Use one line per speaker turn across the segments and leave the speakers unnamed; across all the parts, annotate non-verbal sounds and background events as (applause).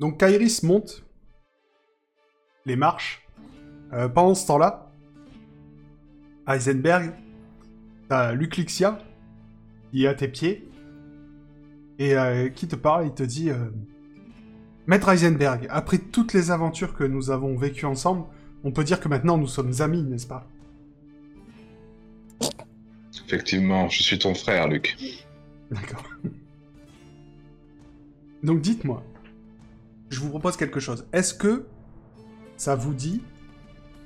Donc Kairis monte les marches. Euh, pendant ce temps-là, à Heisenberg, t'as Luclixia qui est à tes pieds et euh, qui te parle. Il te dit euh, Maître Heisenberg, après toutes les aventures que nous avons vécues ensemble, on peut dire que maintenant nous sommes amis, n'est-ce pas
Effectivement, je suis ton frère, Luc.
D'accord. Donc dites-moi, je vous propose quelque chose. Est-ce que ça vous dit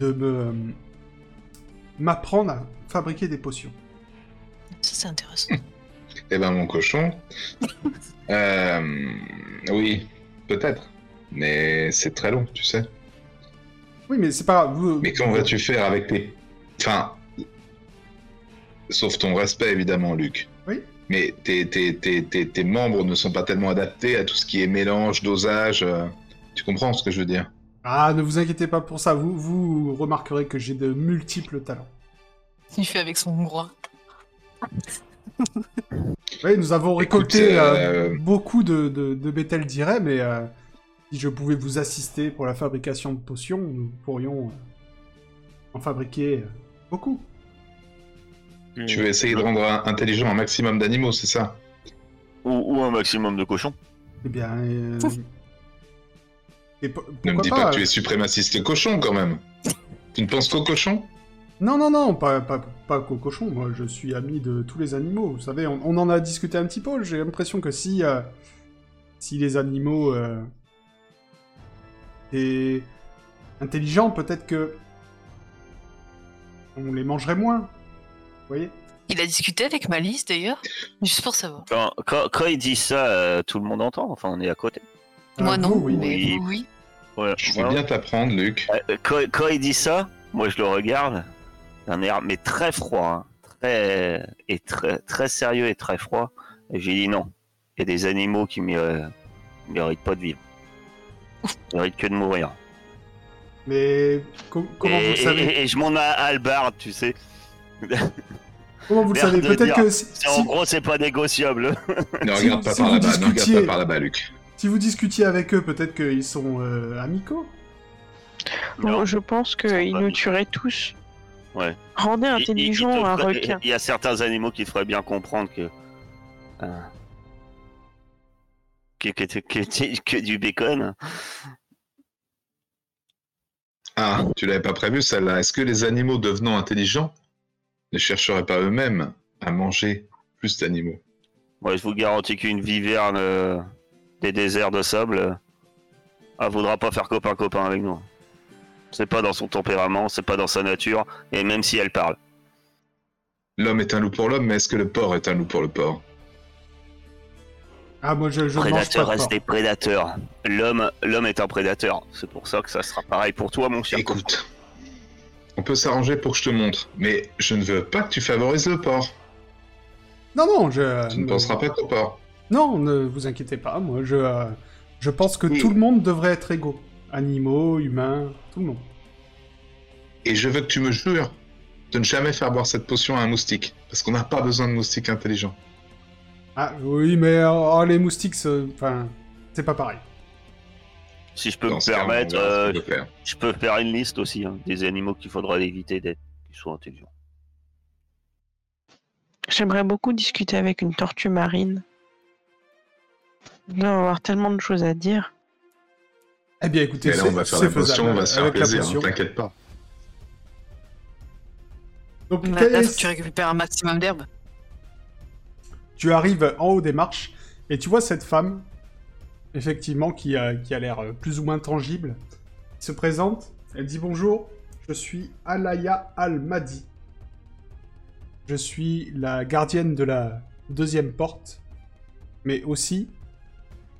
de me euh, m'apprendre à fabriquer des potions
Ça, c'est intéressant.
Eh ben,
(laughs)
mon cochon. Euh, oui, peut-être. Mais c'est très long, tu sais.
Oui, mais c'est pas vous.
Mais qu'en vas-tu faire avec tes. Enfin. Sauf ton respect, évidemment, Luc.
Oui.
Mais tes, tes, tes, tes- tes membres ne sont pas tellement adaptés à tout ce qui est mélange, dosage. euh, Tu comprends ce que je veux dire
Ah, ne vous inquiétez pas pour ça. Vous vous remarquerez que j'ai de multiples talents.
(laughs) Il fait avec son hongrois.
Oui, nous avons récolté
Écoute,
euh,
euh,
beaucoup de, de, de bétel, dirais, mais euh, si je pouvais vous assister pour la fabrication de potions, nous pourrions euh, en fabriquer euh, beaucoup.
Mm.
Tu veux essayer de
bah,
rendre un- intelligent un maximum d'animaux, c'est ça
ou, ou un maximum de cochons.
Eh bien. euh, et po-
Ne me
pourquoi
dis pas
pas, euh,
que tu es suprémaciste cochon, quand même. tu ne penses qu'aux cochons
Non, non, non, pas, pas, pas qu'au cochon. Moi, je suis ami de tous les animaux. Vous savez, on, on en a discuté un petit peu. J'ai l'impression que si, euh, si les animaux euh, étaient intelligents, peut-être que on les mangerait moins. Vous voyez
Il a discuté avec Malice d'ailleurs, juste pour savoir.
Quand, quand, quand ils disent ça, euh, tout le monde entend. Enfin, on est à côté.
Ah,
Moi
Euh,
non,
vous, oui.
mais
Oui.
vous, oui.
Ouais,
Je veux
voilà.
bien t'apprendre, Luc.
Euh, Quand, quand il dit ça, moi je le regarde d'un air mais très froid, hein, très et très très sérieux et très froid. Et j'ai dit non. Il y a des animaux qui mé- méritent pas de vivre. Ils méritent que de mourir.
Mais com- comment
et,
vous le savez
et- et je m'en à Albarde, tu sais.
Comment vous le
merde
savez
de
Peut-être
dire.
que si,
C'est- En
si-
gros, c'est pas négociable.
Ne
Si-
regarde pas
si
par
vous
là-bas, ne regarde
discutiez-
pas par là-bas, Luc.
si vous discutiez avec eux, peut-être qu'ils sont euh, amicaux.
Non.
Bon, je pense
Ça
qu'ils
va,
nous
mais-
tueraient tous.
Ouais.
Rendez
Il- il- il
intelligent
te
un
ferait-
requin.
Il y a certains animaux qui feraient bien comprendre que. euh, que, que, que- que- que du bacon.
Ah, tu l'avais pas prévu celle-là. Est-ce que les animaux devenant intelligents ne chercheraient pas eux-mêmes à manger plus d'animaux
Moi, je vous garantis qu'une viverne euh, des déserts de sable, euh, elle voudra pas faire copain-copain avec nous. C'est pas dans son tempérament, c'est pas dans sa nature, et même si elle parle.
L'homme est un loup pour l'homme, mais est-ce que le porc est un loup pour le porc
Ah, moi, je, je ne mange pas
prédateur
de
reste
porc.
des prédateurs. L'homme, l'homme est un prédateur. C'est pour ça que ça sera pareil pour toi, mon cher.
Écoute, on peut s'arranger pour que je te montre, mais je ne veux pas que tu favorises le porc.
Non, non, je...
Tu ne penseras pas qu'au porc.
Non, ne vous inquiétez pas, moi je, euh, je pense que
Oui.
tout le monde devrait être égaux. Animaux, humains, tout le monde.
Et je veux que tu me jures de ne jamais faire boire cette potion à un moustique, parce qu'on n'a pas besoin de moustiques intelligents.
Ah oui, mais euh, oh, les moustiques, c'est- enfin, c'est pas pareil.
Si je peux
Dans
me
ce cas, on
permettre,
verra ce qu'on
euh,
peut faire.
je peux faire une liste aussi hein, des animaux qu'il faudra éviter d'être, qui soient intelligents.
J'aimerais beaucoup discuter avec une tortue marine. On doit avoir tellement de choses à dire.
Eh bien écoutez,
Et là, on
c'est
va faire
c'est
la potion,
faisable
on va se faire
avec la
plaisir,
potion.
ne t'inquiète pas.
Donc
Là, Bah, là,
Thaïs,
faut que tu récupères un maximum d'herbe.
tu arrives en haut des marches et tu vois cette femme, effectivement, qui, a- qui a l'air euh, plus ou moins tangible, qui se présente, elle dit bonjour, je suis Alaya Al-Mahdi. Je suis la gardienne de la deuxième porte, mais aussi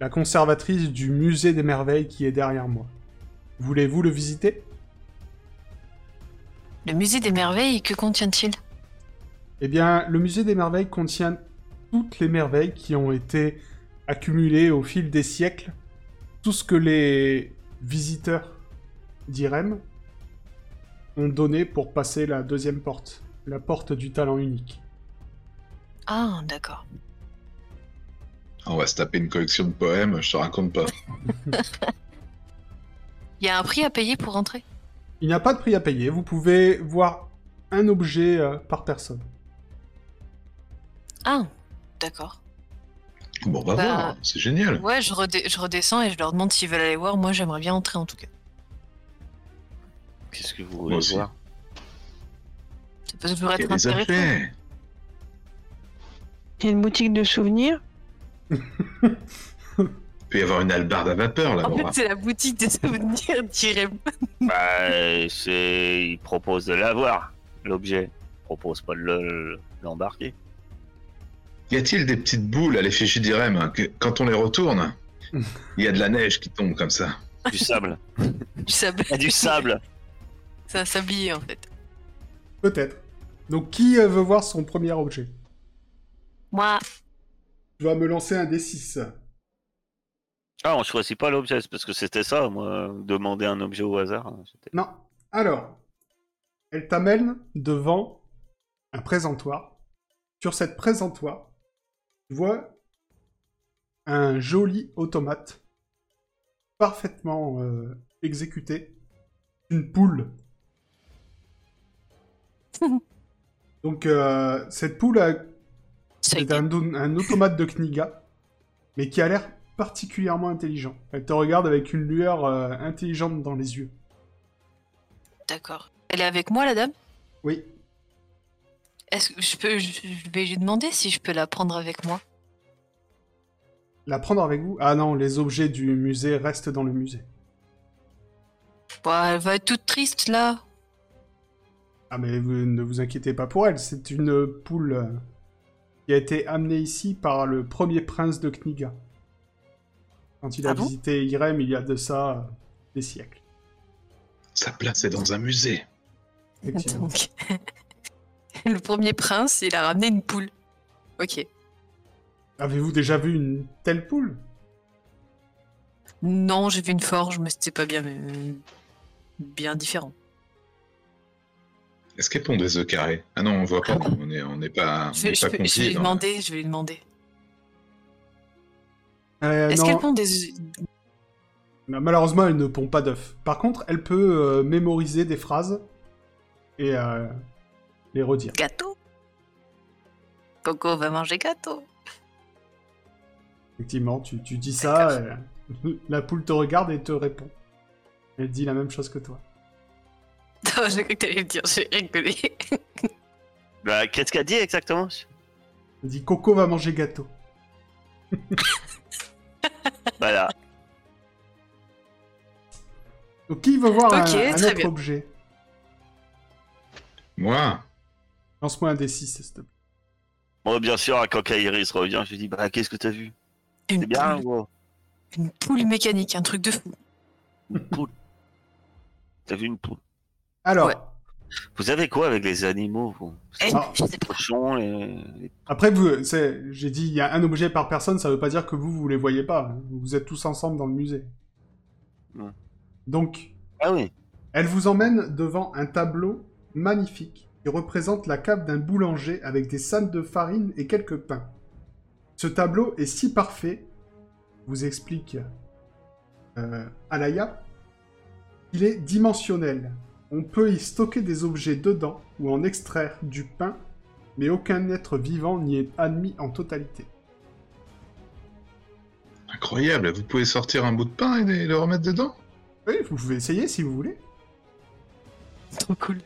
la conservatrice du musée des merveilles qui est derrière moi. Voulez-vous le visiter
Le musée des merveilles, que contient-il
Eh bien, le musée des merveilles contient toutes les merveilles qui ont été accumulées au fil des siècles, tout ce que les visiteurs d'Irem ont donné pour passer la deuxième porte, la porte du talent unique.
Ah, d'accord.
on va se taper une collection de poèmes, je te raconte pas.
Il y a un prix à payer pour rentrer.
Il n'y a pas de prix à payer, vous pouvez voir un objet euh, par personne.
Ah, d'accord.
Bon, on va
Bah,
voir, c'est génial.
Ouais, je, redé- je redescends et je leur demande s'ils veulent aller voir. Moi, j'aimerais bien entrer en tout cas.
Qu'est-ce que vous
Moi
voulez
aussi.
voir
Ça peut toujours
Il y a
être
des
intéressant.
objets.
Il y a une boutique de souvenirs.
Il peut y avoir une hallebarde à vapeur là bah,
En
bas
fait, c'est la boutique des (laughs) souvenirs d'Irem.
Bah, c'est... Il propose de l'avoir, l'objet. Il propose pas de le- l'embarquer.
Y a-t-il des petites boules à l'effigie d'Irem hein, que- Quand on les retourne, il y a de la neige qui tombe comme ça.
(laughs)
Du sable.
Ah, Du sable.
Il y a du sable.
C'est un sablier en fait.
Peut-être. Donc qui euh, veut voir son premier objet
Moi,
Tu vas me lancer un D6.
Ah, on choisit pas l'objet, c'est parce que c'était ça, moi, demander un objet au hasard. hein, c'était-
Non. Alors, elle t'amène devant un présentoir. Sur cette présentoir, tu vois un joli automate parfaitement euh, exécuté. Une poule. Donc, euh, cette poule a
ça y
c'est
est.
un, don- un automate de Kniga, mais qui a l'air particulièrement intelligent. Elle te regarde avec une lueur euh, intelligente dans les yeux.
D'accord. Elle est avec moi, la dame
Oui.
Est-ce que je peux. Je je vais lui demander si je peux la prendre avec moi.
La prendre avec vous Ah non, les objets du musée restent dans le musée.
Bon, elle va être toute triste là.
Ah mais vous, ne vous inquiétez pas pour elle, c'est une poule euh, qui a été amenée ici par le premier prince de Kniga. Quand il a
Ah bon
visité Irem il y a de ça euh, des siècles.
Sa place est dans un musée.
Effectivement.
Donc. (laughs) le premier prince, il a ramené une poule. Ok.
Avez-vous déjà vu une telle poule
Non, j'ai vu une forge, mais c'était pas bien. euh, Bien différent.
Est-ce qu'elle pond des œufs carrés Ah non, on voit
(laughs)
pas. On n'est on n'est pas, on
Je, vais-
n'est
je
Ah, pas hein.
peux- je
conquis
vais lui
dans-
demander, je vais lui demander.
Euh,
Est-ce
non.
qu'elle pond des.
Non, Malheureusement, elle ne pond pas d'œufs. Par contre, elle peut euh, mémoriser des phrases et euh, les redire.
Gâteau Coco va manger gâteau. (laughs)
Effectivement, tu, tu dis ça, euh, (laughs) la poule te regarde et te répond. Elle dit la même chose que toi.
Non, j'ai cru que t'allais le dire, j'ai rigolé.
Bah, qu'est-ce qu'elle dit exactement
Elle dit Coco va manger gâteau.
Bah là,
Donc qui veut voir un-
Ok,
un,
très
autre
bien.
objet
Moi
Lance-moi un D6, s'il te plaît.
moi, bien sûr, quand Kairis revient, je lui dis, bah, qu'est-ce que t'as vu
Une
C'est bien,
poule,
gros.
une poule mécanique, un truc de fou.
Une poule. t'as vu une poule
Alors,
Ouais.
Vous avez quoi avec les animaux, vous
Eh,
Ah.
je sais
Les
pas.
cochons, les... les-
après, vous, c'est- j'ai dit il y a un objet par personne, ça veut pas dire que vous, vous les voyez pas. Vous êtes tous ensemble dans le musée.
Ouais.
Donc,
Ah oui
Elle vous emmène devant un tableau magnifique qui représente la cave d'un boulanger avec des salles de farine et quelques pains. Ce tableau est si parfait, vous explique euh, Alaya, qu'il est dimensionnel. On peut y stocker des objets dedans ou en extraire du pain, mais aucun être vivant n'y est admis en totalité.
Incroyable, vous pouvez sortir un bout de pain et le- le remettre dedans
Oui, vous pouvez essayer si vous voulez.
Trop cool.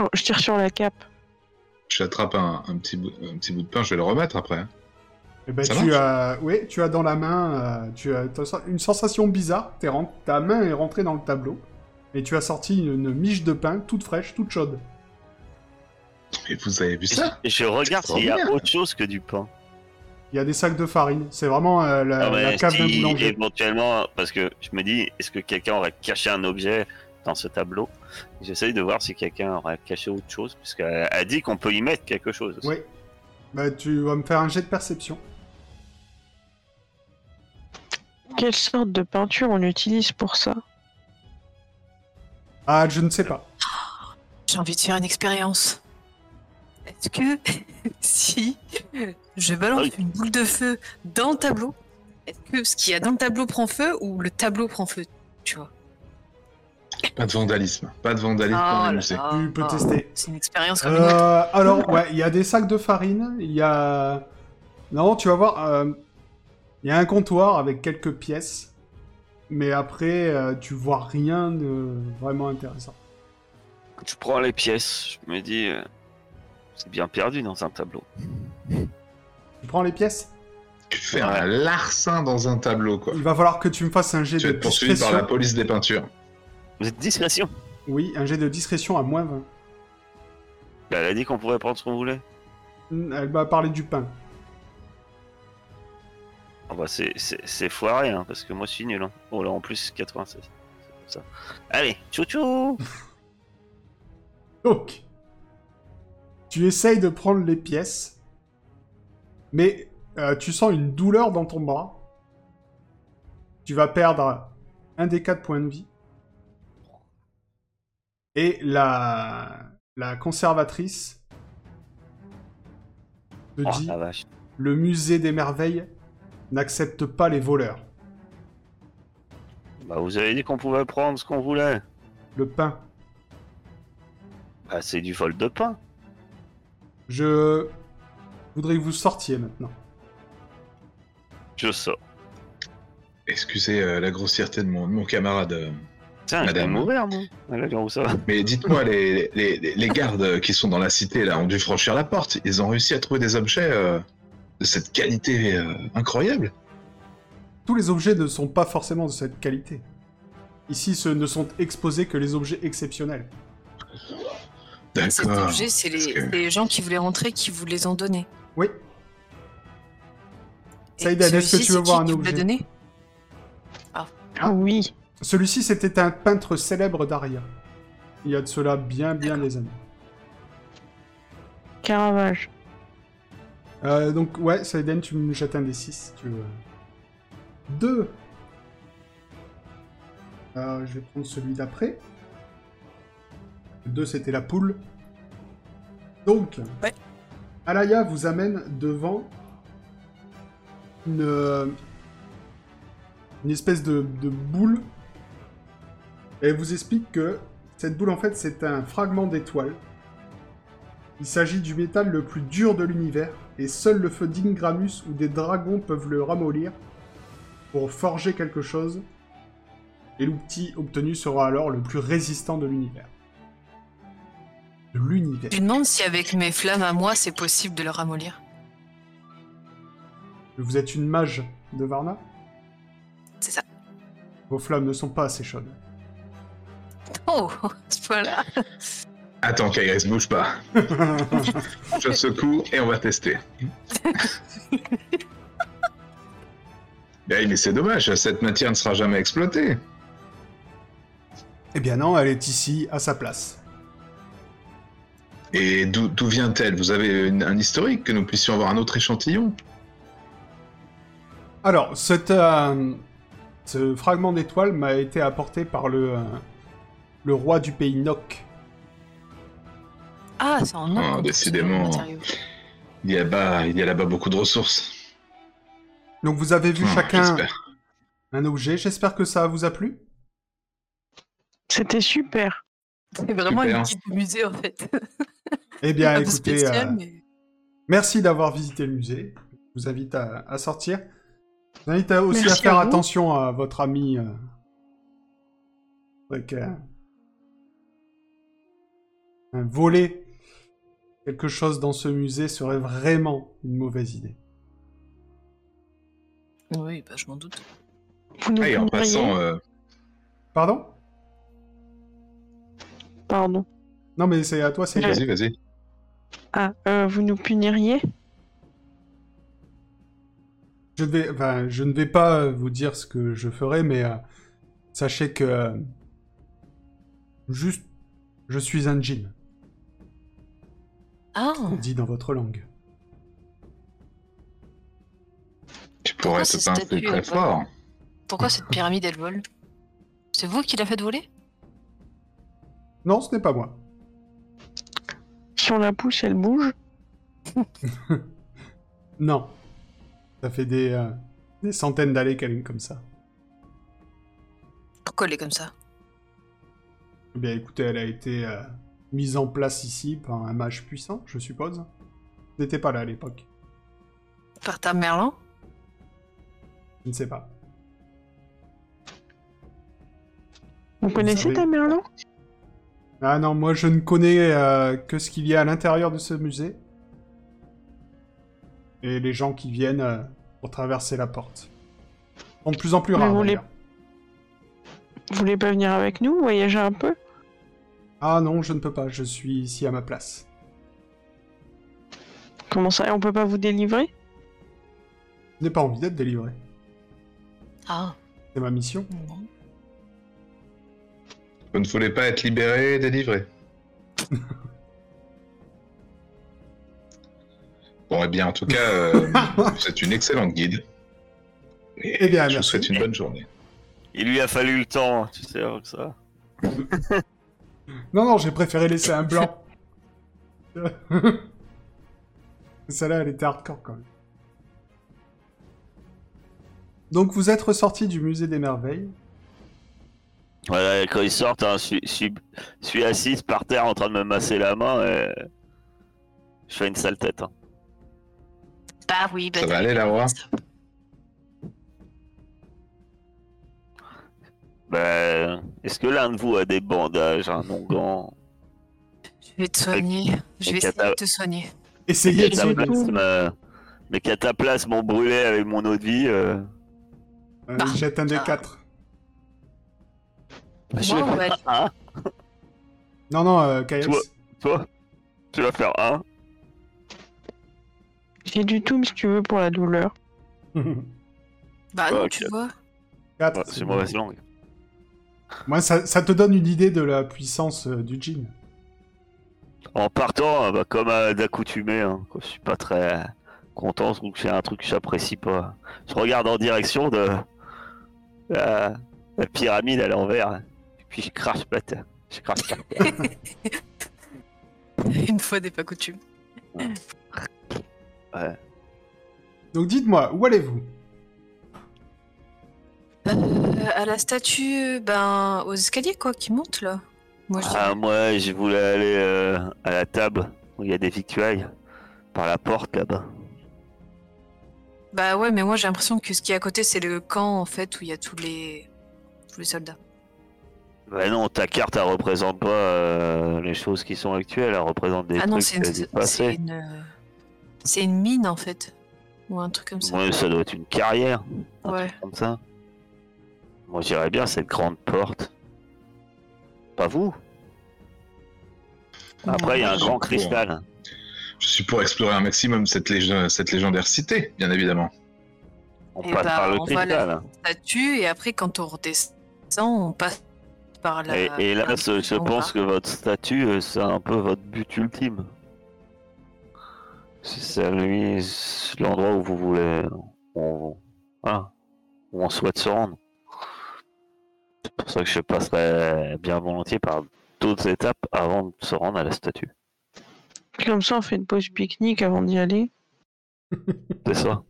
Oh, je tire sur la cape.
J'attrape un, un petit bout, un petit bout de pain, je vais le remettre après. hein.
Eh ben,
Ça
tu as, ouais, tu as dans la main, euh, tu as t'as une sensation bizarre. T'es ren- Ta main est rentrée dans le tableau et tu as sorti une, une miche de pain toute fraîche, toute chaude.
Mais vous avez vu
(laughs)
ça
Et Je regarde s'il y a
extraordinaire.
autre chose que du pain.
Il y a des sacs de farine. C'est vraiment euh, la,
Ah bah,
la cave d'un
si,
boulanger.
éventuellement, parce que je me dis, est-ce que quelqu'un aurait caché un objet dans ce tableau J'essaye de voir si quelqu'un aurait caché autre chose, puisqu'elle a dit qu'on peut y mettre quelque chose.
Oui. Bah, tu vas me faire un jet de perception.
Quelle sorte de peinture on utilise pour ça
Ah, je ne sais pas.
J'ai envie de faire une expérience. Est-ce que (laughs) si je balance
Ah oui.
une boule de feu dans le tableau, est-ce que ce qu'il y a dans le tableau prend feu ou le tableau prend feu Tu vois
Pas de vandalisme. Pas de vandalisme dans
Ah
les
là
musées.
là.
Tu peux tester.
C'est une expérience
Ah,
comme une autre.
Euh, alors, ouais, il y a des sacs de farine, il y a... Non, tu vas voir, euh, il y a un comptoir avec quelques pièces, mais après, euh, tu vois rien de vraiment intéressant.
Je prends les pièces, je me dis, euh, c'est bien perdu dans un tableau.
Tu prends les pièces
Tu fais un
Ouais.
larcin dans un tableau, quoi.
Il va falloir que tu me fasses un jet
Tu
de
vas être poursuivi par
discrétion.
la police des peintures.
Vous êtes discrétion
Oui, un jet de discrétion à moins 20.
Bah, Elle a dit qu'on pouvait prendre ce qu'on voulait.
Hmm, Elle m'a parlé du pain.
Ah bah c'est- c'est c'est foiré, hein, parce que moi je suis nul. Hein. Oh là, en plus 96. C'est pour ça. Allez, tchou tchou
Donc, tu essayes de prendre les pièces, mais euh, tu sens une douleur dans ton bras. Tu vas perdre un des quatre points de vie. Et la, la conservatrice te
Oh
dit
la vache.
le musée des merveilles n'accepte pas les voleurs.
Bah vous avez dit qu'on pouvait prendre ce qu'on voulait.
Le pain.
Bah c'est du vol de pain.
Je voudrais que vous sortiez maintenant.
Je sors.
Excusez euh, la grossièreté de mon, de mon camarade. euh.
Tiens, j'ai
Madame.
ouvert moi. Voilà, genre, où ça va
Mais dites-moi, les, les, les- les gardes qui sont dans la cité, là, ont dû franchir la porte. Ils ont réussi à trouver des objets euh, de cette qualité euh, incroyable.
Tous les objets ne sont pas forcément de cette qualité. Ici, ce ne sont exposés que les objets exceptionnels.
Cet
D'accord.
objet, Ah, c'est les,
parce que-
les gens qui voulaient rentrer qui vous les ont donnés.
Oui,
Et
Saïdan, est-ce que
celui-ci,
tu veux
c'est
voir
qui
un
qui vous l'a
objet
donné
Ah oui.
celui-ci, c'était un peintre célèbre d'Aria. Il y a de cela bien, bien des années.
Caravage.
Euh, donc, ouais, Saïden, tu me jettes un des 6, tu veux. Deux Euh, Je vais prendre celui d'après. Le Deux, c'était la poule. Donc,
Ouais.
Alaya vous amène devant une, une espèce de, de boule. Et elle vous explique que cette boule, en fait, c'est un fragment d'étoile il s'agit du métal le plus dur de l'univers, et seul le feu d'Ingramus ou des dragons peuvent le ramollir pour forger quelque chose, et l'outil obtenu sera alors le plus résistant de l'univers. De l'univers.
Je lui demande si avec mes flammes à moi, c'est possible de le ramollir. (laughs)
Vous êtes une mage de Varna
C'est ça.
Vos flammes ne sont pas assez chaudes.
Oh, ce point-là.
Attends, Kairis, bouge pas. Je secoue et on va tester. Eh, mais c'est dommage, cette matière ne sera jamais exploitée.
eh bien non, elle est ici, à sa place.
Et d'où d'où vient-elle Vous avez une- un historique que nous puissions avoir un autre échantillon
Alors, cette, euh, ce fragment d'étoile m'a été apporté par le, euh, le roi du pays Nok.
Ah, c'est en or.
Ah,
qu'on trouve ce genre de
décidément.
matériaux.
Il y a, bas- il y a là-bas beaucoup de ressources.
Donc vous avez vu
Ah,
chacun
j'espère.
un objet, j'espère que ça vous a plu.
C'était super.
C'est vraiment
Super.
une petite musée, en fait.
Eh bien
(laughs) Un peu
écoutez,
spécial,
euh,
mais-
merci d'avoir visité le musée. Je vous invite à, à sortir. Je vous invite à- aussi
Merci
à faire
à vous.
attention à votre ami. euh, avec un, un volet, quelque chose dans ce musée serait vraiment une mauvaise idée.
Oui, bah, je m'en doute.
Vous nous
Ah, et en
prendriez-
passant, euh,
Pardon
euh,
Pardon.
Non mais c'est à toi, c'est
vas-y, vas-y.
Ah, euh, vous nous puniriez
Je, vais, enfin, je ne vais pas vous dire ce que je ferai, mais euh, sachez que euh, juste, je suis un djinn,
Ah,
Oh.
dit dans votre langue.
Tu pourrais
Pourquoi
te
ce
pincer
statut,
très
euh,
fort.
pourquoi cette pyramide, elle vole C'est vous qui l'a fait voler
Non, ce n'est pas moi.
si on la pousse, elle bouge.
Non. Ça fait des, euh, des centaines d'années qu'elle est comme ça.
Pourquoi elle est comme ça
Eh bien, écoutez, elle a été euh, mise en place ici par un mage puissant, je suppose. N'était pas là à l'époque.
Par ta Merlin
Je ne sais pas.
Vous connaissez
savez-
ta Merlin
Ah non, moi je ne connais euh, que ce qu'il y a à l'intérieur de ce musée. Et les gens qui viennent euh, pour traverser la porte. Sont de plus en plus
Mais
rares.
vous les-
d'ailleurs.
Vous voulez pas venir avec nous, voyager un peu
Ah non, je ne peux pas, je suis ici à ma place.
Comment ça, on peut pas vous délivrer
Je n'ai pas envie d'être délivré.
Ah,
C'est ma mission. (laughs)
non.
Vous ne voulez pas être libéré et délivré. bon, eh bien, en tout cas, euh, vous êtes une excellente guide. Et
Eh bien,
je vous
merci.
souhaite une bonne journée.
Il lui a fallu le temps, hein, tu sais, avec ça.
Non, non, j'ai préféré laisser un blanc. (laughs) Celle-là, elle était hardcore quand même. Donc vous êtes ressorti du musée des merveilles.
Voilà, et quand ils sortent, hein, je suis- je suis je suis assise par terre en train de me masser la main et je fais une sale tête. hein.
Bah oui, bah
Ça va aller, la roi
Ben, est-ce que l'un de vous a des bandages, un onguent
Je vais te soigner. Je vais
Avec-
essayer
avec-
de te soigner.
Essayez de
J'ai
soigner.
tout.
cataplasmes, euh, mes cataplasmes m'ont brûlé avec mon eau de vie. euh.
Euh,
Bah.
jette un des
Ah.
quatre.
Je-
Moi, on va-
Hein
Non, non, euh, Kayaks. (laughs)
Toi. Toi Tu vas faire un
J'ai du tout si tu veux pour la douleur.
4.
Bah non,
Ok.
tu vois. (laughs)
Ouais, C'est mauvaise langue.
Moi, ça, ça te donne une idée de la puissance euh, du djinn.
En partant, euh, bah, comme euh, d'accoutumé, hein, quoi, je suis pas très content, je trouve que c'est un truc que j'apprécie pas. Je regarde en direction de la, la pyramide à l'envers, hein, et puis je crache ma tête. Je crache par terre.
Une fois n'est pas coutume.
Donc dites-moi, où allez-vous
Euh, à la statue, ben, aux escaliers, quoi, qui montent, là. Moi, je
Ah, moi, je voulais aller euh, à la table où il y a des victuailles, par la porte là-bas.
Bah ouais, mais moi, j'ai l'impression que ce qui est à côté, c'est le camp, en fait, où il y a tous les... tous les soldats.
Bah non, ta carte, elle représente pas euh, les choses qui sont actuelles, elle représente des
ah
trucs
non, c'est une...
euh, du passé.
c'est une... euh, c'est une mine, en fait. Ou un truc comme ça.
Ouais, ça doit être une carrière,
Ouais.
comme ça. Moi, j'irais bien cette grande porte. Pas vous Après, il y a un grand cristal.
Je suis pour explorer un maximum cette, lég- cette légendaire cité, bien évidemment.
On
Eh
passe
ben,
par le
on va
cristal.
statue et après quand on redescend on passe par la
Et, et là,
par-
ce- je
on va.
pense que votre statut, euh, c'est un peu votre but ultime. C'est celui, c'est l'endroit où vous voulez, où on, voilà, où on souhaite se rendre. C'est pour ça que je passerai bien volontiers par d'autres étapes avant de se rendre à la statue.
Puis comme ça, on fait une pause pique-nique avant d'y aller.
C'est ça.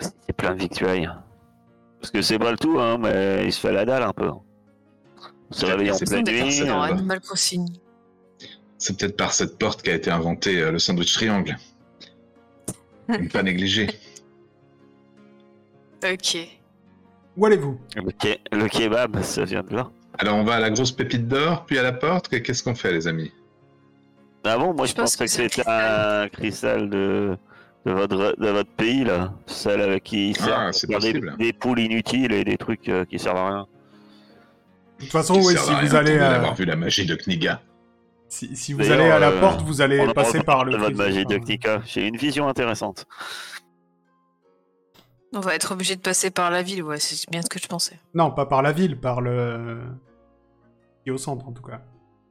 C'est plein de victuailles. Parce que c'est pas le tout, hein, mais il se fait la dalle un peu. On se
C'est-
réveille en
c'est
pleine
pas
nuit.
forcément
dans
euh,
là.
Animal Crossing
C'est peut-être par cette porte qu'a été inventé euh, le sandwich triangle. Ne pas négliger.
ok
Où allez-vous
euh, le, ké- le kebab, ça vient de là.
Alors, on va à la grosse pépite d'or, puis à la porte. que- Qu'est-ce qu'on fait, les amis
Ah bon, moi je,
Je pense
pensais
que
que
c'est le
c'était un cristal de, de, votre, de votre pays là, celle avec qui il
Ah,
sert
c'est
pour faire des,
possible.
des poules inutiles et des trucs euh, qui servent à rien.
De toute façon, oui,
Qui sert
si
à rien,
vous allez,
étant donné
euh,
d'avoir vu la magie de Kniga.
si, si vous
D'ailleurs,
allez à la
euh,
porte, vous allez
en
passer
reparle
par le.
de votre
cristal.
magie doctica. J'ai une vision intéressante.
on va être obligé de passer par la ville ouais c'est bien ce que je pensais
Non, pas par la ville, par le. Qui est au centre en tout cas.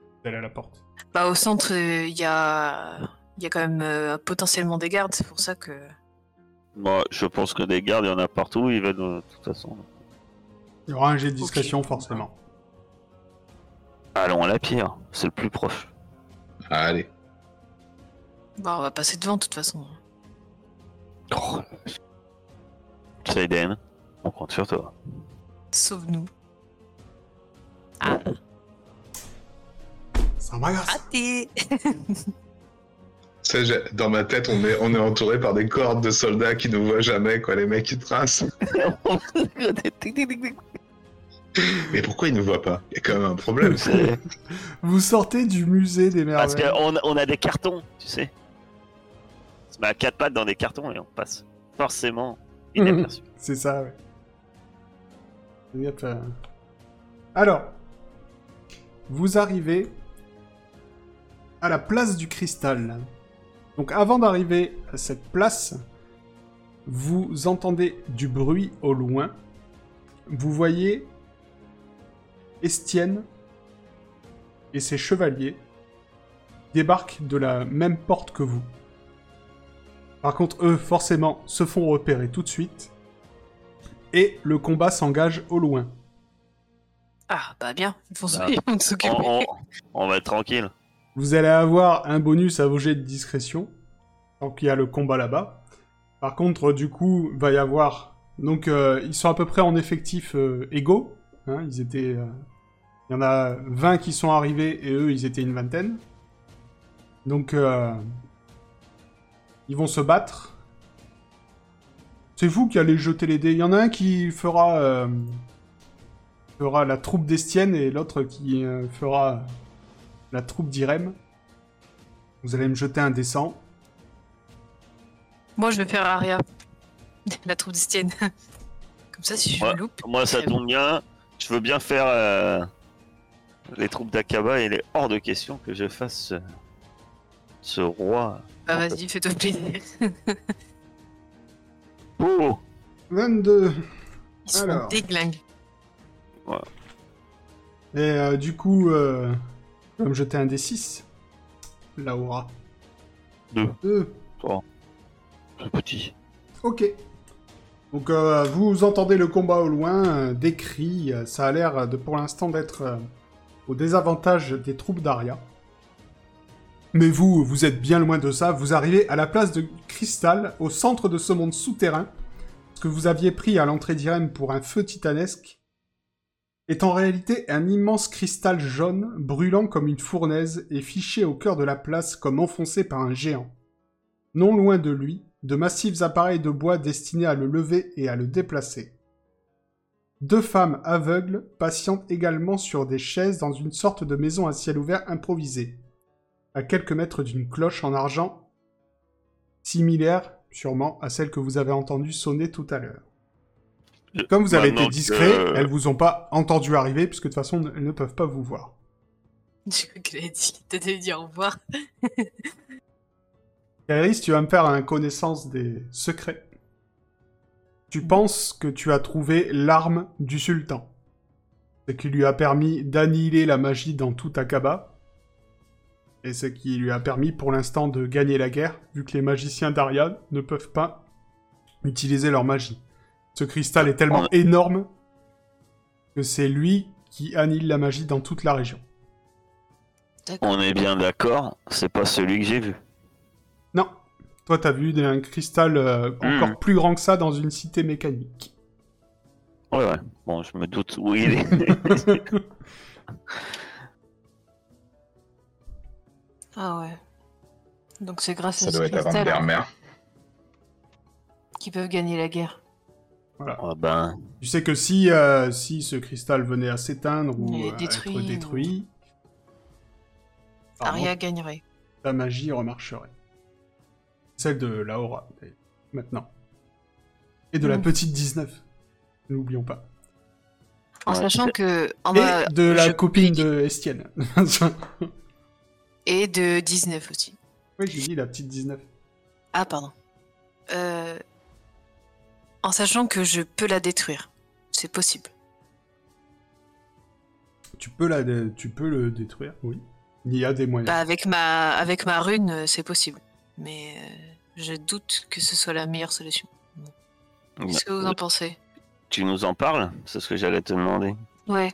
Vous allez à la porte.
bah au centre euh, il y a il y a quand même euh, potentiellement des gardes c'est pour ça que
Moi je pense que des gardes il y en a partout, ils veulent euh, de toute façon.
Il y aura un jet de discrétion forcément.
Allons à la pierre, c'est le plus proche.
Ah, Allez.
Bah, on va passer devant de toute façon.
Oh. Seiden, on compte sur (laughs) toi.
Sauve-nous. Ah,
Ça m'agace.
raté
Tu sais, j'ai- dans ma tête, on est, on est entouré par des cordes de soldats qui nous voient jamais, quoi. Les mecs, qui tracent. Mais pourquoi ils nous voient pas Il y a quand même un problème.
(laughs) C'est-
Vous sortez du musée des
Parce
merveilles.
qu'on on a des cartons, tu sais. On se met à quatre pattes dans des cartons et on passe forcément (laughs) inaperçu.
C'est ça, ouais. C'est-à-dire que, euh, Alors, vous arrivez à la place du cristal. Donc avant d'arriver à cette place, vous entendez du bruit au loin. Vous voyez Estienne et ses chevaliers débarquent de la même porte que vous. Par contre, eux, forcément, se font repérer tout de suite. Et le combat s'engage au loin.
Ah, bah bien, ils vont
Bah,
s'occuper. ils vont s'occuper.
On, on- on va être tranquille.
Vous allez avoir un bonus à vos jets de discrétion, tant qu'il y a le combat là-bas. Par contre, du coup, va y avoir... Donc, euh, ils sont à peu près en effectif euh, égaux. hein, ils étaient... euh, Il y en a 20 qui sont arrivés, et eux, ils étaient une vingtaine. Donc, euh, ils vont se battre. C'est vous qui allez jeter les dés. Il y en a un qui fera... euh, fera la troupe d'Estienne, et l'autre qui euh, fera la troupe d'Irem. Vous allez me jeter un dessin.
Moi, je vais faire Aria. (laughs) La troupe d'Estienne. Comme ça, si je
Ouais.
le loupe.
Moi, ça
c'est bon.
tombe bien. Je veux bien faire euh, les troupes d'Akaba. Il est hors de question que je fasse ce, ce roi.
Bah, vas-y, fais-toi plaisir.
Oh
22.
Ils sont
Alors.
déglingues.
Et euh, du coup, euh, je vais me jeter un D6. Laura.
Deux.
2.
c'est petit.
Ok. Donc euh, vous entendez le combat au loin, euh, des cris, euh, ça a l'air de pour l'instant d'être euh, au désavantage des troupes d'Aria. Mais vous, vous êtes bien loin de ça, vous arrivez à la place de Cristal, au centre de ce monde souterrain, ce que vous aviez pris à l'entrée d'Irem pour un feu titanesque, est en réalité un immense cristal jaune, brûlant comme une fournaise et fiché au cœur de la place comme enfoncé par un géant. Non loin de lui, de massifs appareils de bois destinés à le lever et à le déplacer. Deux femmes aveugles patientent également sur des chaises dans une sorte de maison à ciel ouvert improvisée, à quelques mètres d'une cloche en argent, similaire sûrement à celle que vous avez entendue sonner tout à l'heure.
Je-
Comme vous avez
Maintenant
été discret,
que-
elles vous ont pas entendu arriver puisque de toute façon elles ne peuvent pas vous voir.
J'ai cru qu'elle allait dire- t'allais dire au revoir.
Kairis, tu vas me faire un connaissance des secrets. Tu penses que tu as trouvé l'arme du sultan, ce qui lui a permis d'annihiler la magie dans tout Akaba, et ce qui lui a permis pour l'instant de gagner la guerre, vu que les magiciens d'Aria ne peuvent pas utiliser leur magie. Ce cristal est tellement
Ouais.
énorme que c'est lui qui annihile la magie dans toute la région.
On est bien d'accord. C'est pas celui que j'ai vu.
Non. Toi, t'as vu un cristal euh, encore plus grand que ça dans une cité mécanique.
Ouais, ouais. Bon, je me doute où il (laughs) est.
Ah ouais. Donc c'est grâce
Ça
à ce
doit être
cristal
avant-dernière.
qu'ils peuvent gagner la guerre.
oh, ben,
Tu sais que si, euh, si ce cristal venait à s'éteindre ou
Il est
euh, à
détruit,
être détruit, pardon,
Aria gagnerait.
ta magie remarcherait. Celle de Laura, d'ailleurs, maintenant. Et de la
Mm.
petite 19. N'oublions pas.
En
Ouais,
sachant que. en
Et
bas-
de la
Ah bah, je-
copine de Estienne. (laughs) oui,
Et de 19 aussi.
j'ai dit la petite 19.
Ah, pardon. Euh, En sachant que je peux la détruire. C'est possible.
Tu peux, la, dé- tu peux le détruire, oui. Il y a des moyens.
Bah, avec ma, avec ma rune, euh, c'est possible. Mais euh, je doute que ce soit la meilleure solution. Qu'est-ce que vous en pensez
tu nous en parles C'est ce que j'allais te demander. Euh,
Ouais.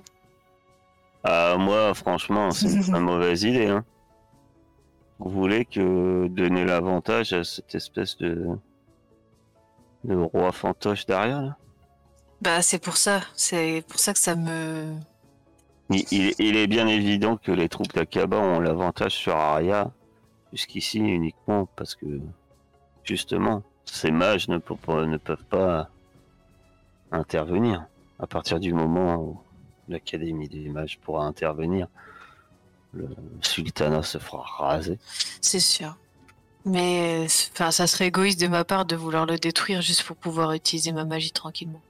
Ah, moi, franchement, c'est une très mauvaise idée. Hein. voulait que donner l'avantage à cette espèce de, de roi fantoche derrière. là.
Bah, c'est pour ça. C'est pour ça que ça me.
Il, il- il est bien évident que les troupes d'Akaba ont l'avantage sur Aria jusqu'ici uniquement parce que justement ces mages ne, pou- pas- ne peuvent pas intervenir à partir du moment où l'Académie des mages pourra intervenir. Le sultanat se fera raser.
C'est sûr. Mais enfin, ça serait égoïste de ma part de vouloir le détruire juste pour pouvoir utiliser ma magie tranquillement.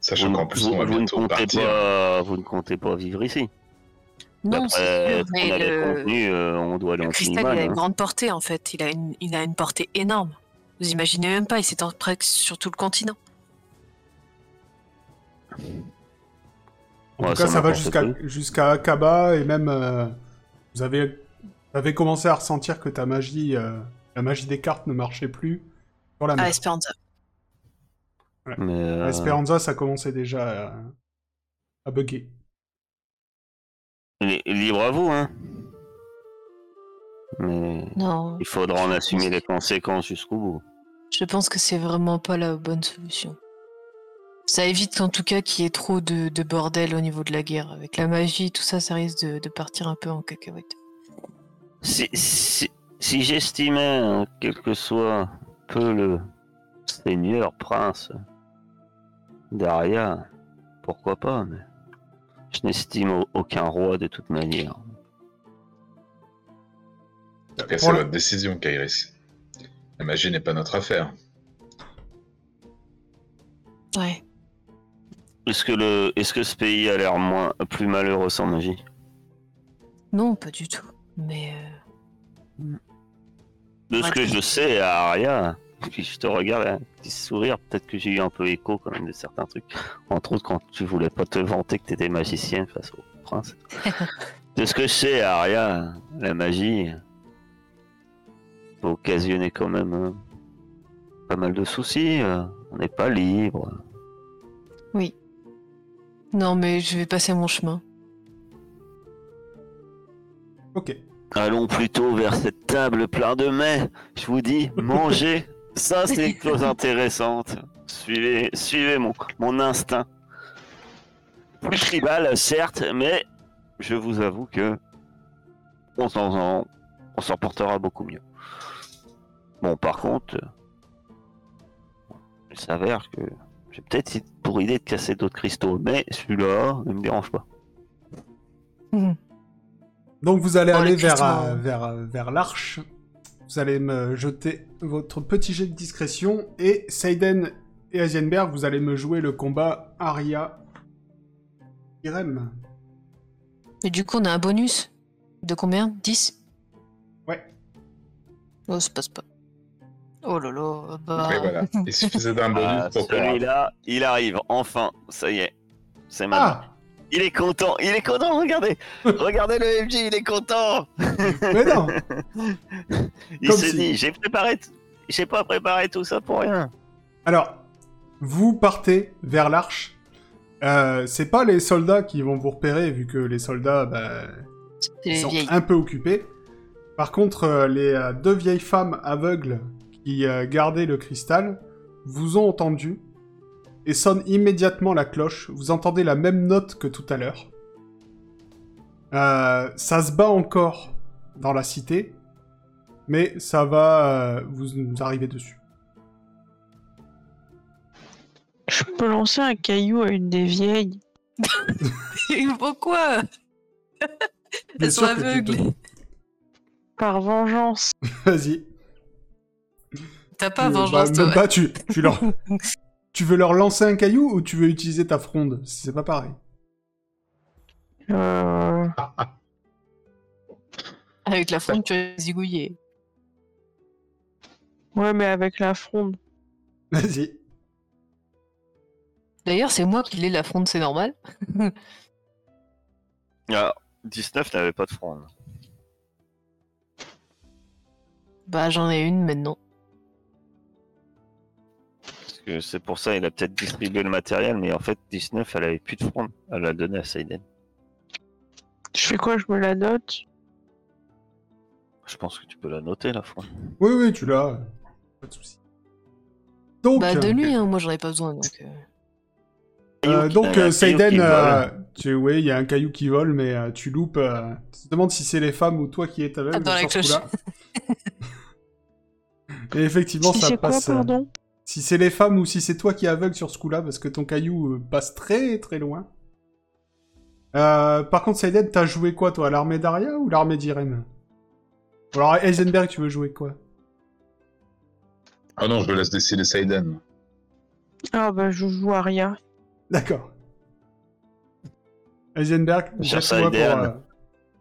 Sachant
Vous-
qu'en plus,
vous-
on va
vous ne
bientôt
comptez
partir.
pas, vous ne comptez pas vivre ici. Bah,
Non,
D'après
c'est sûr,
ce qu'on
mais
avait
le,
convenu, euh, on doit aller
le
en
cristal, il a
Kiliman,
une
hein.
grande portée en fait. Il a une, il a une portée énorme. Vous imaginez même pas, il s'étend presque sur tout le continent.
En
Ouais,
tout cas,
ça
ça va
m'importe
jusqu'à
peu.
jusqu'à Akaba et même euh, vous avez vous avez commencé à ressentir que ta magie euh, la magie des cartes ne marchait plus sur la
À
mer.
Ah, Esperanza.
Mais, euh,
Esperanza, ça commençait déjà à, à bugger.
li- libre à vous, hein. Mais
Non,
il faudra en assumer les conséquences jusqu'au bout.
je pense que c'est vraiment pas la bonne solution. Ça évite en tout cas qu'il y ait trop de, de bordel au niveau de la guerre. Avec la magie, tout ça, ça risque de, de partir un peu en cacahuète.
Si, si, si j'estimais, hein, quel que soit peu le seigneur, prince, d'Aria, pourquoi pas, mais je n'estime au- aucun roi de toute manière.
En tout cas,
Pour
c'est
le-
votre décision, Kairis. La magie n'est pas notre affaire.
Ouais.
Est-ce que, le, est-ce que ce pays a l'air moins, plus malheureux sans magie
Non, pas du tout. Mais euh,
De ce
Ouais.
que je sais, à Aria, puis je te regarde avec un petit sourire, peut-être que j'ai eu un peu écho quand même de certains trucs. Entre autres, quand tu voulais pas te vanter que t'étais magicien face au prince. de ce que je sais, à Aria, la magie peut occasionner quand même euh, pas mal de soucis. euh, On n'est pas libre.
non, mais je vais passer mon chemin.
Ok.
Allons plutôt vers cette table plein de mets. Je vous dis, mangez. Ça, c'est une chose intéressante. Suivez, suivez mon, mon instinct. Plus tribal, certes, mais je vous avoue que on s'en, on s'en portera beaucoup mieux. Bon, par contre, il s'avère que j'ai peut-être pour idée de casser d'autres cristaux, mais celui-là ne me dérange pas.
Donc vous allez
Oh,
aller
le
vers,
Christement.
euh, vers, euh, vers l'arche. Vous allez me jeter votre petit jet de discrétion. Et Seiden et Heisenberg, vous allez me jouer le combat Aria Irem.
Et du coup, on a un bonus de combien 10
Ouais.
Oh, ça passe pas. Oh là là, bah.
Mais voilà, il suffisait d'un bonus
Ah,
pour pouvoir
celui-là, il arrive, enfin, ça y est. C'est maintenant.
Ah
Il est content, il est
(laughs)
content, regardez Regardez le MJ, il est content
Mais non
Il
Comme
se
si-
dit, j'ai préparé... t- J'ai pas préparé tout ça pour rien.
Alors, vous partez vers l'arche. Euh, c'est pas les soldats qui vont vous repérer, vu que les soldats bah,
C'est
ils
les
sont
vieilles.
un peu occupés. Par contre, euh, les euh, deux vieilles femmes aveugles qui euh, gardaient le cristal vous ont entendu et sonne immédiatement la cloche. Vous entendez la même note que tout à l'heure. Euh, ça se bat encore dans la cité, mais ça va euh, vous, vous arriver dessus.
Je peux lancer un caillou à une des vieilles.
(laughs) Pourquoi
Bien
Elles sont
sûr que tu te- (laughs)
aveugles.
Par vengeance.
Vas-y.
T'as pas
Tu-
vengeance,
bah,
toi.
même pas, tu, tu leur... tu veux leur lancer un caillou ou tu veux utiliser ta fronde C'est pas pareil.
Euh,
Avec la fronde, tu vas zigouiller.
Ouais, mais avec la fronde.
Vas-y.
D'ailleurs, c'est moi qui l'ai la fronde, c'est normal.
Ah, 19 n'avait pas de front. hein,
Bah, j'en ai une maintenant.
Parce que c'est pour ça, il a peut-être distribué le matériel, mais en fait, 19, elle avait plus de front. Elle l'a donné à Seiden.
Je fais quoi Je me la note
Je pense que tu peux la noter, la fois.
Oui, oui, tu l'as. Pas de souci. Donc,
Bah, de lui, hein, moi j'en ai pas besoin. Donc, euh,
euh, donc
Il y a un
euh,
caillou qui
Seiden,
vole.
euh, tu, oui, il y a un caillou qui vole, mais euh, tu loupes. euh, tu te demandes si c'est les femmes ou toi qui es aveugle.
Ah, dans la
sur ce
cloche.
coup-là. Et effectivement,
Si
ça
c'est quoi,
passe. euh,
pardon
si c'est les femmes ou si c'est toi qui es aveugle sur ce coup-là, parce que ton caillou euh, passe très très loin. Euh, par contre, Seiden, t'as joué quoi toi L'armée d'Aria ou l'armée d'Irem Ou alors Heisenberg, tu veux jouer quoi (laughs)
Ah non, je laisse décider Saiden.
Ah bah je joue à rien.
D'accord. Heisenberg,
Sur
jette-moi pour
Seiden.
euh,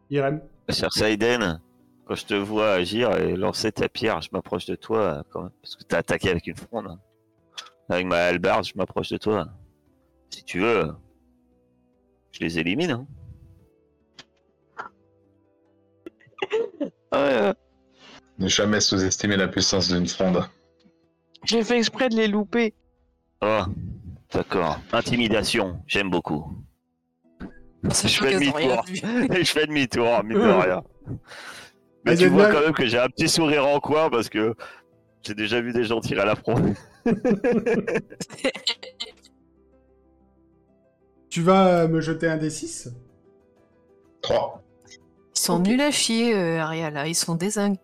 Irem.
Cher Saiden, quand je te vois agir et lancer ta pierre, je m'approche de toi euh, quand même, parce que t'as attaqué avec une fronde. hein. Avec ma hallebarde, je m'approche de toi. Si tu veux, euh, je les élimine. hein.
Euh,
Ne jamais sous-estimer la puissance d'une fronde.
J'ai fait exprès de les louper.
Ah, d'accord. Intimidation, j'aime beaucoup. (laughs)
sachant
fais
qu'elles ont rien
demi-tour.
vu.
Et je fais demi-tour, mine de rien. Mais tu
Vas-y,
vois
Edna.
quand même que j'ai un petit sourire en coin parce que j'ai déjà vu des gens tirer à la fronde.
Tu vas euh, me jeter un D6
3.
Ils sont nuls à chier, euh, Aria, là. Ils sont désingues.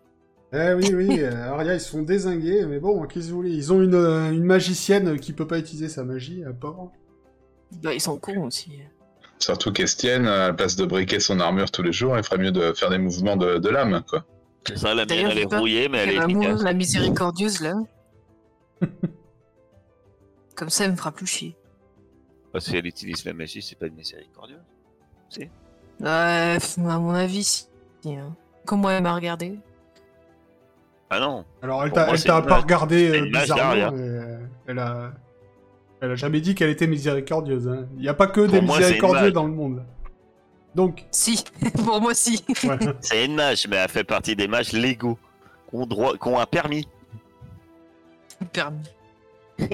Eh oui, oui, euh, Aria, ils se font désinguer, mais bon, qu'est-ce que vous voulez Ils ont une, euh, une magicienne qui peut pas utiliser sa magie, à pauvre.
Bah, ils sont cons aussi.
Surtout qu'Estienne, à la place de briquer son armure tous les jours, il ferait mieux de faire des mouvements de, de l'âme, quoi.
C'est ça, la mienne,
D'ailleurs,
elle
j'ai
est
peur
rouillée, mais elle
Elle
est
va mourir,
efficace.
la miséricordieuse, là. (laughs) Comme ça, elle me fera plus chier.
Parce qu'elle utilise la magie, c'est pas une miséricordieuse.
Ouais, pff, à mon avis, si. si, hein. Comme moi, elle m'a regardé.
Ah non,
Alors, elle
Pour
t'a
moi,
elle
c'est
t'a
une
pas
mage-
regardé
c'est
euh,
une mage
bizarrement,
d'Aria.
mais, euh, elle a... Elle a jamais dit qu'elle était miséricordieuse. hein. Il n'y a pas que des
moi, c'est une
miséricordieux
mage.
dans le monde. Donc,
Si, (laughs) pour moi, si.
voilà.
c'est une mage, mais elle fait partie des mages légaux. Qu'on droit, qu'on a permis, (laughs)
Permis.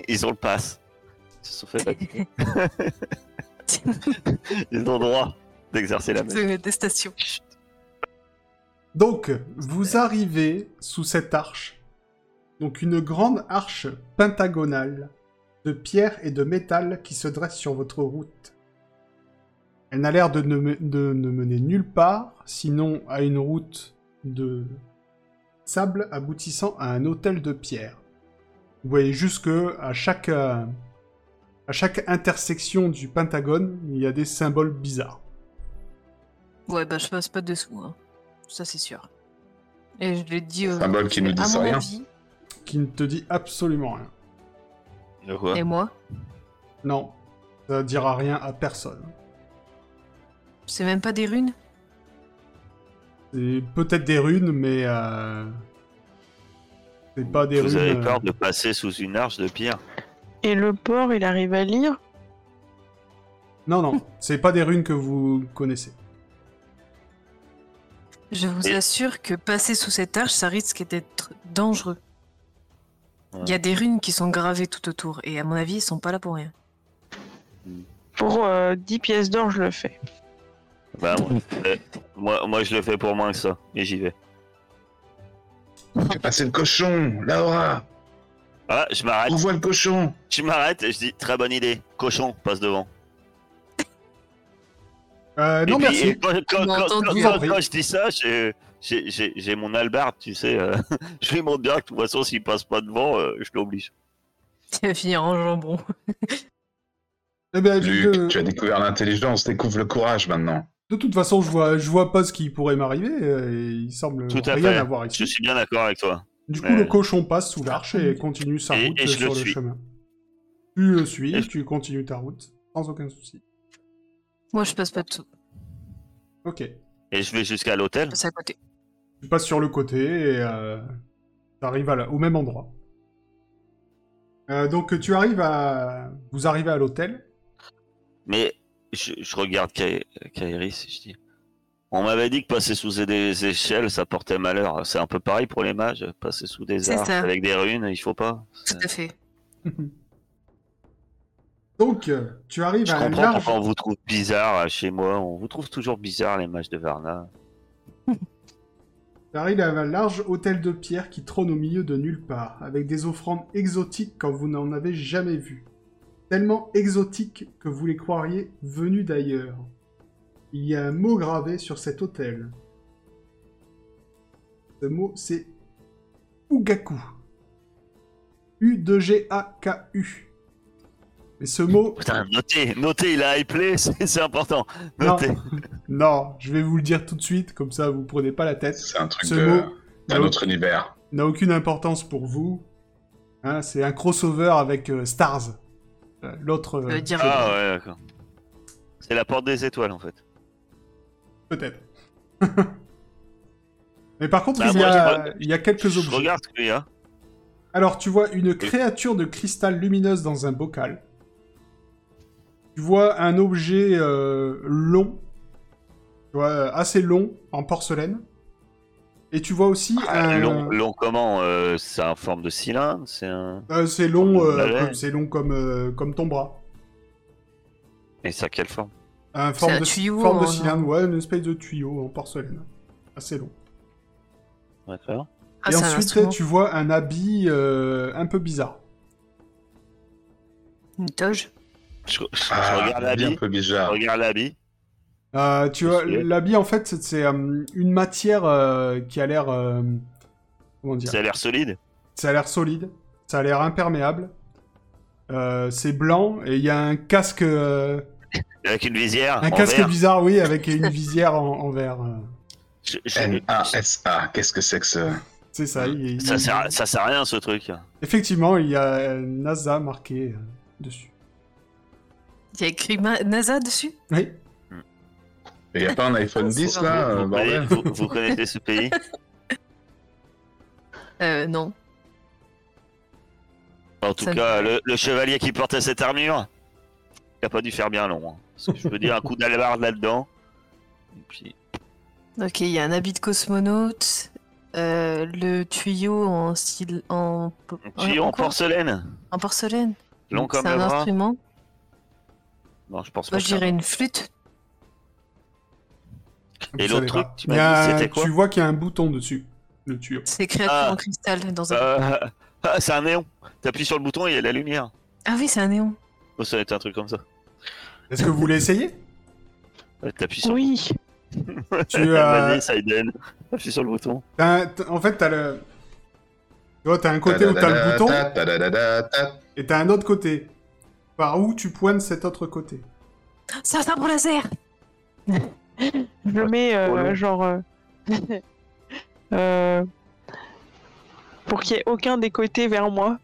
ils ont le pass. Ils se sont fait vacciner.
Ah,
ils ont droit d'exercer la
bah,
(laughs)
magie.
De détestation.
Donc, vous arrivez sous cette arche. Donc, une grande arche pentagonale de pierre et de métal qui se dresse sur votre route. Elle n'a l'air de ne, me- de ne mener nulle part, sinon à une route de sable aboutissant à un hôtel de pierre. Vous voyez juste que à chaque, euh, à chaque intersection du Pentagone, il y a des symboles bizarres.
Ouais, bah, je passe pas dessous. Hein. Ça, c'est sûr. Et je l'ai dit. Euh,
Symbole qui nous dit
à mon
rien.
avis,
Qui ne te dit absolument rien.
De quoi
et moi,
Non, ça dira rien à personne.
c'est même pas des runes.
C'est peut-être des runes, mais euh... c'est pas des
Vous
runes.
avez
euh,
peur de passer sous une arche de pierre
Et le porc, il arrive à lire.
Non, non, c'est pas des runes que vous connaissez.
Je vous
Et-
assure que passer sous cette arche, ça risque d'être dangereux. Il
Ouais.
y a des runes qui sont gravées tout autour, et à mon avis, ils sont pas là pour rien. (laughs)
Pour euh, 10 pièces d'or, je le fais.
Bah, moi, je le fais- moi, moi, je le fais pour moins que ça, et j'y vais.
Fais passer Ah, le cochon, Laura
Ah, je m'arrête,
Envoie le cochon
je m'arrête et je dis très bonne idée, cochon, passe devant.
Euh,
Et
non,
puis,
merci.
et quand, quand-
On
quand-
entend
quand-
du
quand-
bruit.
quand je dis ça, je- j'ai j'ai- j'ai mon albarde, tu sais. euh, (laughs) je lui montre bien que de toute façon, s'il passe pas devant, euh, je l'oblige.
Ça va finir en jambon.
Eh ben,
Luc,
de...
tu as découvert l'intelligence, découvre le courage maintenant.
de toute façon, je vois, je vois pas ce qui pourrait m'arriver. euh, et il semble
Tout à
rien
fait.
avoir
Je
ici.
suis bien d'accord avec toi.
Du coup,
Ouais.
le cochon passe sous l'arche et continue sa
Et-
route
et
euh,
je
sur
le
le,
suis.
chemin. Tu le suis,
Et je-
tu continues ta route sans aucun souci.
Moi, je passe pas dessous.
Ok.
Et je vais jusqu'à
Je
l'hôtel.
passe à côté.
Tu passes sur le côté et euh, t'arrives à la- au même endroit. Euh, donc tu arrives à, vous arrivez à l'hôtel.
Mais je, je regarde Ka- Kairis et je dis On m'avait dit que passer sous des échelles, ça portait malheur. C'est un peu pareil pour les mages. Passer sous des
C'est
arches
ça.
avec des runes, il faut pas.
Tout à fait.
donc euh, tu arrives
Je
à un
comprends
large.
pourquoi on vous trouve bizarre euh, chez moi. On vous trouve toujours bizarre, les mages de Varna.
J'arrive à un large hôtel de pierre qui trône au milieu de nulle part, avec des offrandes exotiques comme vous n'en avez jamais vu. Tellement exotiques que vous les croiriez venues d'ailleurs. Il y a un mot gravé sur cet hôtel. Ce mot, c'est Ugaku. U-2-G-A-K-U. Mais ce
(laughs)
mot,
Putain, notez, notez, il a hyplé, (laughs) c'est c'est important. Notez.
non, je vais vous le dire tout de suite, comme ça vous prenez pas la tête.
C'est un truc
Ce
de-
mot
d'un
n'a au-
autre univers.
n'a aucune importance pour vous. Hein, c'est un crossover avec euh, Stars. Euh, L'autre, euh,
veut dire-
Ah ouais, d'accord. C'est la porte des étoiles en fait.
euh, peut-être. (laughs) Mais par contre,
Bah,
il, y
moi,
a,
je-
il y a quelques
Je
objets.
regarde hein. ce qu'il y a.
Alors, tu vois une créature de cristal lumineuse dans un bocal. Tu vois un objet euh, long, tu vois, euh, assez long, en porcelaine. Et tu vois aussi un...
Ah, Long, long comment euh, C'est en forme de cylindre C'est un.
Euh, c'est long,
Comme une
euh,
balai.
comme- c'est long comme, euh, comme ton bras.
Et ça quelle forme
Un Euh, forme
un
de,
tuyau hein,
forme de
en-
cylindre, ouais, une espèce de tuyau en porcelaine. Assez long.
D'accord.
Ah,
Et
c'est un
ensuite, euh,
instrument.
tu vois un habit euh, un peu bizarre.
Une toge
Je, je- je
Ah,
regarde
bien un
l'habit.
peu
Je
bizarre.
regarde l'habit.
Euh, tu vois,
Qu'est-ce qu'il y a
l'habit, en fait, c'est- c'est euh, une matière euh, qui a l'air... euh, comment dire
Ça a l'air solide.
Ça a l'air solide, ça a l'air imperméable. Euh, c'est blanc et il y a un casque, euh,
Avec une visière.
un
Ah, en
casque
verre.
bizarre, oui, avec une visière en, en verre. euh.
Je-
Eh,
je-
ah. N-A-S-A, qu'est-ce que c'est que ça
C'est ça. il-
Mm. ça,
il-
sert, à- ça sert à rien ce truc.
Effectivement, il y a euh, NASA marqué euh, dessus.
Il y a écrit ma- NASA dessus
Oui.
Il n'y a pas un iPhone
C'est
10
vrai.
là euh,
vous, connaissez,
bordel
vous- vous connaissez ce pays
Euh, non.
En tout
Ça me-
cas, le, le chevalier qui portait cette armure, il a pas dû faire bien long. hein. Parce que je veux dire, un coup d'albarde là-dedans. Et puis,
Ok, il y a un habit de cosmonaute, euh, le tuyau en style. en. po-
un tuyau en
quoi
porcelaine,
En porcelaine.
long comme
C'est
le
un
bras.
instrument.
Non, je pense pas.
Moi,
que
je dirais une flûte.
Et
Vous
l'autre
savez
truc,
pas.
tu m'as
Il y a
dit,
un-
c'était quoi
Tu vois qu'il y a un bouton dessus, le tuyau.
C'est créature
Ah.
en cristal dans
ça-
un.
Euh, (laughs) ah, c'est un néon. T'appuies sur le bouton et il y a de la lumière.
Ah oui, c'est un néon.
Oh, ça va être un truc comme ça.
Est-ce que vous
(laughs)
voulez essayer
Euh, T'appuies sur.
Oui,
tu,
(laughs)
euh,
Vas-y, Saiden. T'appuies sur le bouton.
t'as un- t'as- En fait, t'as le. Tu vois, t'as un côté où t'as le bouton
Ta-da-da-da-ta-ta-da-da-ta.
et t'as un autre côté. Par où tu pointes cet autre côté
C'est un sabre laser
je le mets euh,
trop long.
genre. euh, (laughs) euh, pour qu'il n'y ait aucun des côtés vers moi.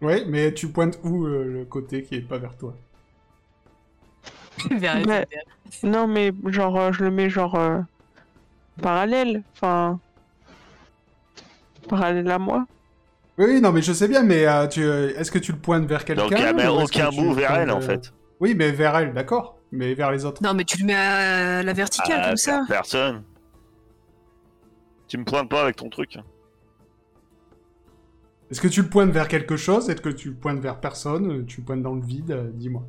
Ouais, mais tu pointes où euh, le côté qui est pas vers toi
(laughs) Vers-
Ouais. Non, mais genre, euh, je le mets genre. euh, parallèle. Enfin. Parallèle à moi.
Oui, oui, non, mais je sais bien, mais euh, tu, euh, est-ce que tu le pointes vers quelqu'un
Donc, il n'y a même
ou est-ce que
aucun
tu
bout vers
pointes,
elle en
euh,
fait.
Oui, mais vers elle, d'accord. Mais vers les autres.
Non, mais tu le mets à la verticale
Ah,
comme ça.
Personne. Tu me pointes pas avec ton truc.
Est-ce que tu le pointes vers quelque chose Est-ce que tu le pointes vers personne Tu le pointes dans le vide euh, Dis-moi.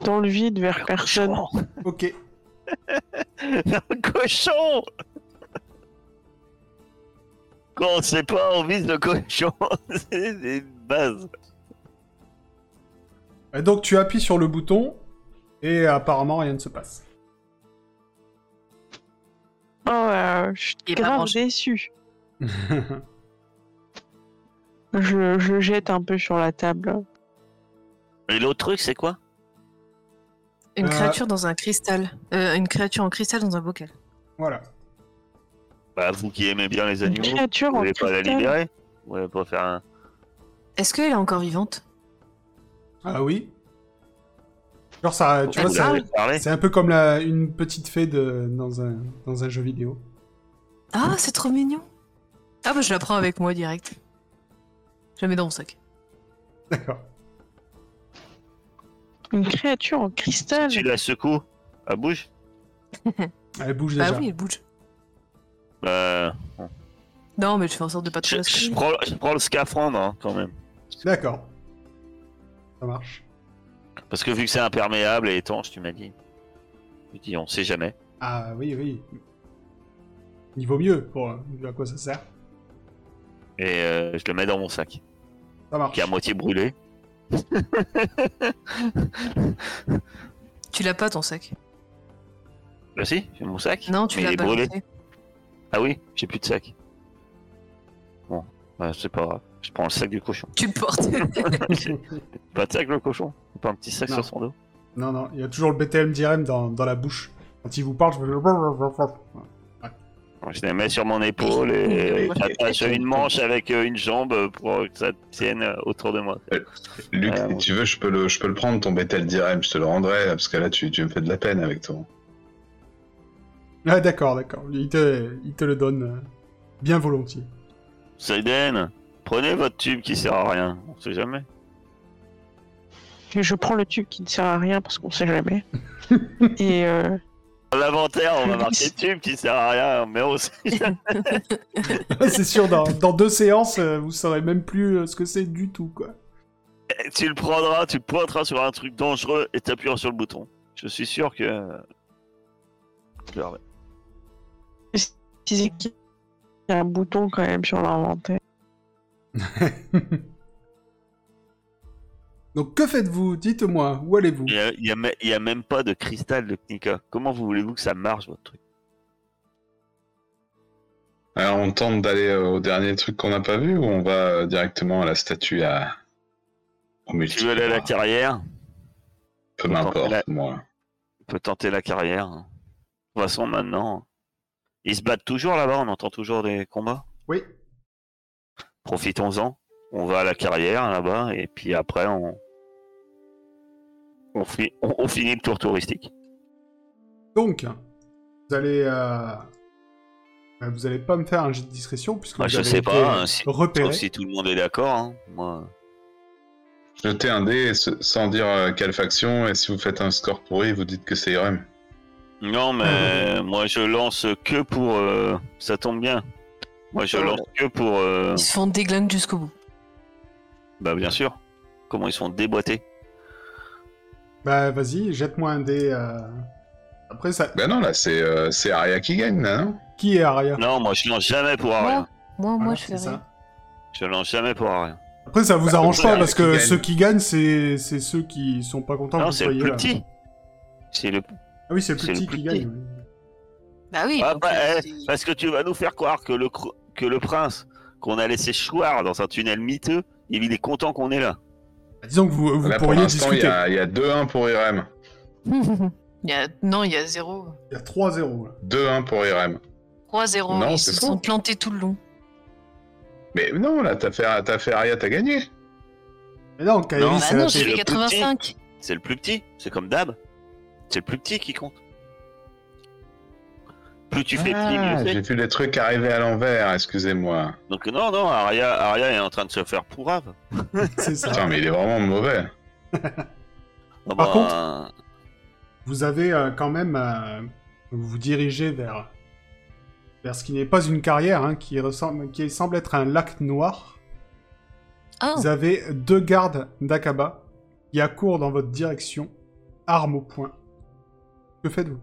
Dans le vide, vers personne.
Cochon.
Ok.
Le cochon (laughs) Quand on sait pas, on vise le cochon. (laughs) C'est des bases.
Et Donc tu appuies sur le bouton et apparemment rien ne se passe.
Oh, euh, je suis
Il est pas
grave
branché. (laughs)
déçue. Je, je le jette un peu sur la table.
Et l'autre truc, c'est quoi
Une
Euh.
créature dans un cristal. Euh, une créature en cristal dans un bocal.
voilà.
Bah, vous qui aimez bien les
Une
animaux,
créature
vous
en
voulez pas la
cristal.
libérer Vous voulez pas faire un.
Est-ce qu'elle est encore vivante
Ah oui. Genre ça, tu
vous
vois,
Ah,
ça-
l'avez parlé
c'est un peu comme la, une petite fée de, dans, un, dans un jeu vidéo. Mm.
Ah, c'est trop mignon. Ah bah je la prends avec moi direct. Je la mets dans mon sac.
D'accord.
Une créature en cristal.
Tu la secoues Elle bouge
Elle bouge
Bah
déjà.
oui, elle bouge.
Bah.
Non, mais je fais en sorte de pas trop
Je,
la
je
secouer.
prends, je prends le scaphandre hein, quand même.
D'accord. Ça marche.
Parce que vu que c'est imperméable et étanche, tu m'as dit. Je dis, on sait jamais.
Ah oui, oui. Il vaut mieux pour euh, vu à quoi ça sert.
Et euh, je le mets dans mon sac,
Ça marche.
qui est à moitié brûlé.
Tu l'as pas ton sac
Bah si, j'ai mon sac.
Non, tu
mais il
l'as
est
pas.
brûlé. Ah oui, j'ai plus de sac. Bon, bah, c'est pas grave. Je prends le sac du cochon.
Tu
(laughs)
le portes.
Pas de sac le cochon Pas un petit sac
Non.
sur son dos
Non, non, il y a toujours le BTM d'IRM dans, dans la bouche. Quand il vous parle, je fais...
Je la mets sur mon épaule et
Oui.
j'attache une manche avec euh, une jambe pour que ça tienne euh, autour de moi.
Luc,
Ah,
si
bon.
tu veux, je peux le, je peux le prendre, ton Bethel d'Irem, je te le rendrai, parce que là, tu, tu me fais de la peine avec ton.
Ah, d'accord, d'accord. Il te, il te le donne euh, bien volontiers.
Seiden, prenez votre tube qui sert à rien. On sait jamais.
Et je prends le tube qui ne sert à rien parce qu'on
(laughs)
sait jamais. Et euh,
Dans L'inventaire, on va marquer tube qui sert à rien, mais on sait jamais.
(laughs) c'est sûr, dans, dans deux séances, euh, vous saurez même plus euh, ce que c'est du tout, quoi.
Eh, Tu le prendras, tu le pointeras sur un truc dangereux et t'appuieras sur le bouton. Je suis sûr que. Je le remets.
si c'est qu'il y a un bouton quand même sur l'inventaire.
Donc, que faites-vous Dites-moi, où allez-vous
Il y a- il y a, me- il y a même pas de cristal de Knika. Comment vous voulez-vous que ça marche, votre truc
Alors, on tente d'aller euh, au dernier truc qu'on n'a pas vu, ou on va euh, directement à la statue à. Au
Tu veux aller à la
multiples,
carrière
Peu m'importe,
La-
moi.
On peut tenter la carrière. hein. De toute façon, maintenant, ils se battent toujours là-bas, on entend toujours des combats.
Oui.
Profitons-en. On va à la carrière là-bas, et puis après, on. On, fi- on- on finit le tour touristique.
Donc, vous allez... euh, euh, Vous allez pas me faire un jet de discrétion, puisque
Bah,
vous
je
avez
sais
été
pas, hein, si-
repéré.
Sauf si tout le monde est d'accord. hein. Moi,
Jetez un dé et ce- sans dire euh, quelle faction, et si vous faites un score pourri, vous dites que c'est Irem.
Non,
Ah,
mais moi je lance que pour. euh, Ça tombe bien. Moi je lance que pour. euh,
Ils se font déglingue jusqu'au bout.
Bah bien sûr. Comment ils sont déboîtés.
Bah, vas-y, jette-moi un dé... euh, Après, ça...
Ben non, là, c'est euh, c'est Arya qui gagne, là, non
Qui est Aria
Non, moi je lance jamais pour rien.
Moi, moi,
Voilà,
moi, je
c'est
fais rien.
ça.
Je lance jamais pour rien.
Après, ça vous
Bah,
arrange
c'est
pas,
Aria
parce
qui
que
gagne.
ceux qui gagnent, c'est c'est ceux qui sont pas
Ah,
contents
Non,
que vous
c'est le
soyez
plus
là.
petit. C'est le.
Ah oui, c'est le plus
C'est le
petit
plus
qui
petit.
gagne. oui.
Bah oui.
Ah,
donc,
bah,
euh,
eh,
c'est-
Parce que tu vas nous faire croire que le cro- que le prince qu'on a laissé choir dans un tunnel miteux, il est content qu'on est là.
Bah, Disons que vous, vous
Bah, Là, pour
pourriez
l'instant, il y
discuter.
a, il y a 2-1 pour Irem.
Il y a- Non, il y a zéro.
Il y a 3-0. là.
2-1 pour Irem.
3-0.
Non,
ils
c'est
se
faux.
sont plantés tout le long.
Mais non, là, t'as fait, t'as fait Arya, t'as gagné.
Mais non, Kaeli,
Non,
Bah
c'est la
non,
c'est
j'ai
télé.
le
fait
plus
85.
C'est le plus petit. C'est comme d'hab. C'est le plus petit qui compte. Plus tu fais petit, mieux
Ah,
c'est.
j'ai vu les trucs arriver à l'envers, excusez-moi.
Donc non, non, Arya, Arya est en train de se faire pourrave.
C'est ça.
Putain, mais il est vraiment mauvais.
Ah
Par
bah,
contre-
euh,
Vous avez euh, quand même. euh, vous vous dirigez vers, vers ce qui n'est pas une carrière, hein, qui, ressemble, qui semble être un lac noir.
Ah,
Vous avez deux gardes d'Akaba qui accourent dans votre direction, armes au poing. Que faites-vous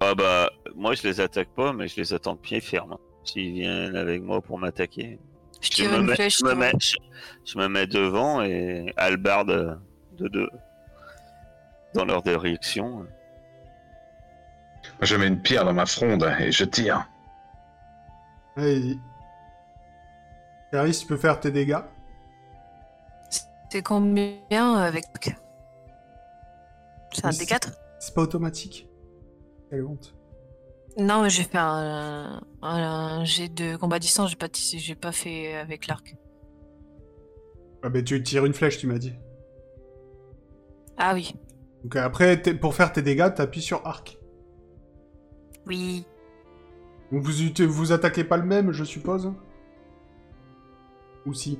ah bah, moi je les attaque pas, mais je les attends de pied ferme. S'ils viennent avec moi pour m'attaquer,
je
je
tire
me,
une
mets,
flèche.
je, me
sur-
mets, je, je me mets devant et halbarde de deux dans leur direction.
Moi, Je mets une pierre dans ma fronde et je tire.
Allez-y. Kaeli, tu peux faire tes dégâts.
C'est combien avec. C'est un
Oui, c'est-
D4
C'est pas automatique. Quelle honte.
Non, mais j'ai fait un, un, un jet de combat à distance, j'ai pas, tissé- j'ai pas fait avec l'arc.
Ah, mais tu tires une flèche, tu m'as dit.
Ah oui.
Donc euh, après, t'es- pour faire tes dégâts, t'appuies sur arc.
Oui.
Donc vous, ut- vous attaquez pas le même, je suppose Ou si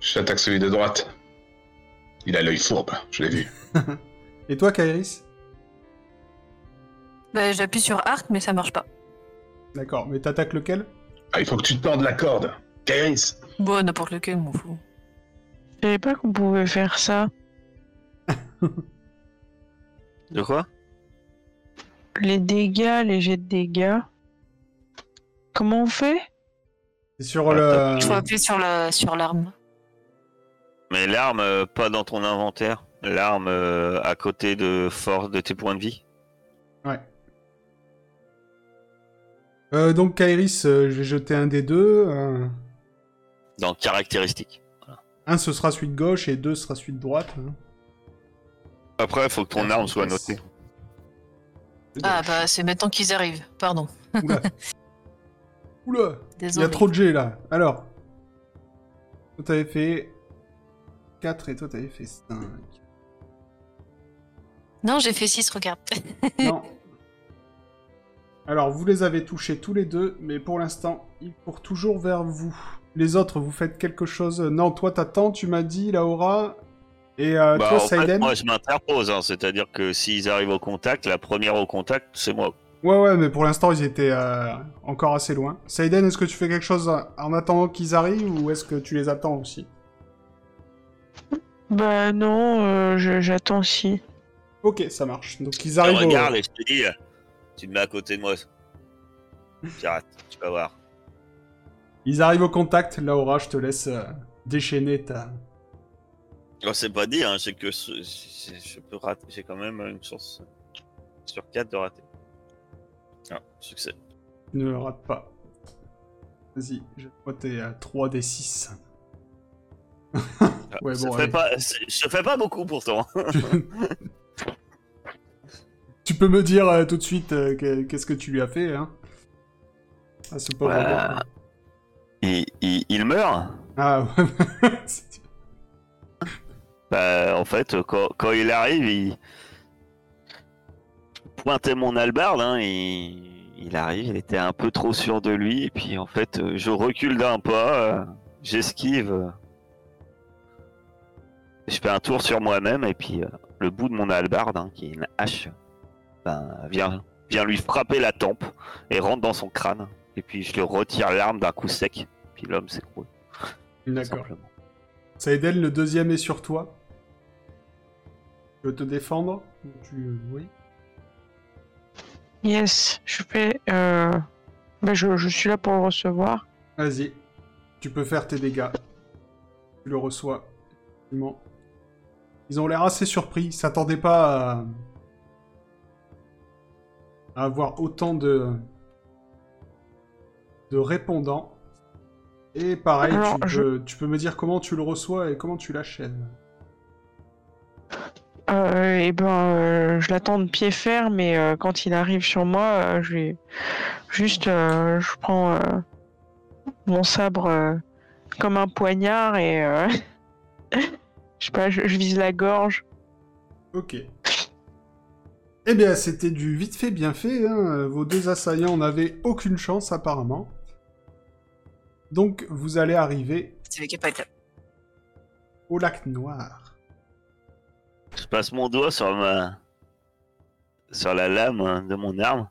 J'attaque celui de droite. Il a l'œil fourbe, je l'ai vu.
Et toi, Kairis
Bah, j'appuie sur arc, mais ça marche pas.
D'accord, mais t'attaques lequel
Ah, il faut que tu te pendes la corde. Kairis
Bon, n'importe lequel, m'en fous.
Je savais pas qu'on pouvait faire ça.
De quoi
les dégâts, les jets de dégâts. Comment on fait
C'est sur le.
Il faut appuyer sur la sur l'arme.
Mais l'arme, euh, pas dans ton inventaire. L'arme euh, à côté de force de tes points de vie.
Euh, donc, Kairis, euh, je vais jeter un des deux. euh,
Dans caractéristiques.
Un, ce sera celui de gauche et deux, ce sera celui de droite. hein.
Après, il faut que ton
Ah,
arme soit
yes.
notée.
Ah bah c'est maintenant qu'ils arrivent. Pardon.
Oula. Oula. Il y
Désolé.
a trop de G là. Alors. Toi t'avais fait 4 et toi t'avais fait 5.
Non, j'ai fait 6, regarde. (laughs)
Non. Alors vous les avez touchés tous les deux, mais pour l'instant ils courent toujours vers vous. Les autres vous faites quelque chose. Non, toi t'attends, tu m'as dit Laura. Et euh,
Bah,
toi
en fait,
Saiden.
moi, je m'interpose. hein, C'est-à-dire que s'ils arrivent au contact, la première au contact, c'est moi.
Ouais ouais, mais pour l'instant ils étaient euh, encore assez loin. Saiden, est-ce que tu fais quelque chose en attendant qu'ils arrivent ou est-ce que tu les attends aussi
Bah non, euh, je- j'attends si.
Ok, ça marche. Donc ils
Je
arrivent. au-
Bah, regarde et je te dis, euh, tu te mets à côté de moi. Pirate, tu vas voir.
Ils arrivent au contact. Laura, je te laisse euh, déchaîner ta.
On s'est pas dit, hein, c'est que ce- c'est- je peux rater. J'ai quand même une chance sur 4 de rater. Ah, succès.
Ne rate pas. Vas-y, jette-moi tes euh, 3 des 6.
Ah,
Ouais,
ça
bon,
fait
allez.
pas, c'est- je fais pas beaucoup pourtant.
(laughs) tu peux me dire euh, tout de suite euh, que- qu'est-ce que tu lui as fait, hein Ah, c'est pas
Ouais.
vraiment.
Il, il- il meurt
Ah, ouais. (laughs) C'est-
Bah, en fait, quand, quand il arrive, il. Pointait mon albarde, hein, il... il arrive, il était un peu trop sûr de lui, et puis en fait, euh, je recule d'un pas, euh, j'esquive, euh, je fais un tour sur moi-même, et puis euh, le bout de mon albarde, hein, qui est une hache, ben, vient, vient lui frapper la tempe, et rentre dans son crâne, et puis je le retire l'arme d'un coup sec, puis l'homme s'écroule,
D'accord.
simplement.
Saïden, le deuxième est sur toi. Je veux te défendre. Tu... Oui.
Yes, je fais. Euh... Bah je, je suis là pour le recevoir.
Vas-y. Tu peux faire tes dégâts. Tu le reçois. Effectivement. Ils ont l'air assez surpris. Ils s'attendaient pas à... à avoir autant de de répondants. Et pareil,
Alors,
tu,
je-
peux, tu peux me dire comment tu le reçois et comment tu l'achèves.
Euh, et ben, euh, je l'attends de pied ferme, mais euh, quand il arrive sur moi, euh, je lui- juste, euh, je prends euh, mon sabre euh, comme un poignard et euh, (laughs) je sais pas, je, je vise la gorge.
Ok. Eh bien, c'était du vite fait, bien fait. hein. Vos deux assaillants n'avaient aucune chance, apparemment. Donc, vous allez arriver
C'est avec pas été.
au lac noir.
Je passe mon doigt sur ma sur la lame hein, de mon arme.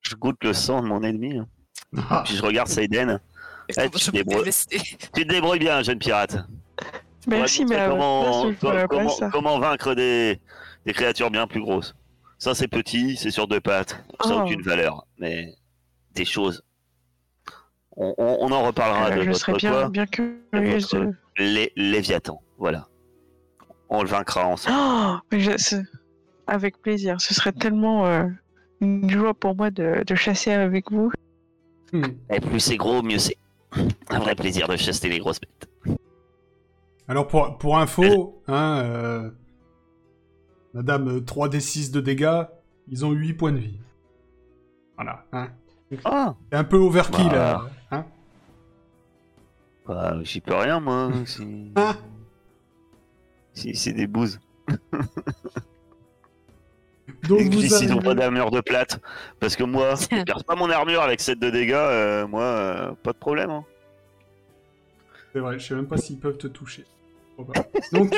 Je goûte le sang de mon ennemi. hein.
Ah,
Puis je regarde Seiden. Eh, tu, te débrouilles... tu te débrouilles bien, jeune pirate. Tu pourrais
Merci,
montrer
mais à votre place,
comment,
je ferais pas
comment-
ça.
comment vaincre des... des créatures bien plus grosses. Ça, c'est petit, c'est sur deux pattes, ça n'a
Oh.
aucune valeur. Mais des choses. On, on- on en reparlera
Euh,
Ah, de
je
votre
serais bien,
quoi.
bien curieuse
votre-
de.
Les Léviathan, voilà. On le vaincra ensemble.
Oh, mais je- ce- avec plaisir. Ce serait tellement euh, une joie pour moi de, de chasser avec vous.
hmm.
Et plus c'est gros, mieux c'est. Un vrai plaisir de chasser les grosses bêtes.
Alors pour, pour info, hein, euh, Madame euh, 3d6 de dégâts, ils ont 8 points de vie. Voilà. Hein.
Oh.
Ah
C'est un peu overkill.
Bah.
euh, hein.
Bah, j'y peux rien, moi. c'est-
Ah.
C'est c'est des bouses.
Donc
Et
vous
S'ils ont pas
arrivez...
d'armure de plate, parce que moi, je perds pas mon armure avec 7 de dégâts, euh, moi, euh, pas de problème. hein.
C'est vrai, je sais même pas s'ils peuvent te toucher. Bon, bah. Donc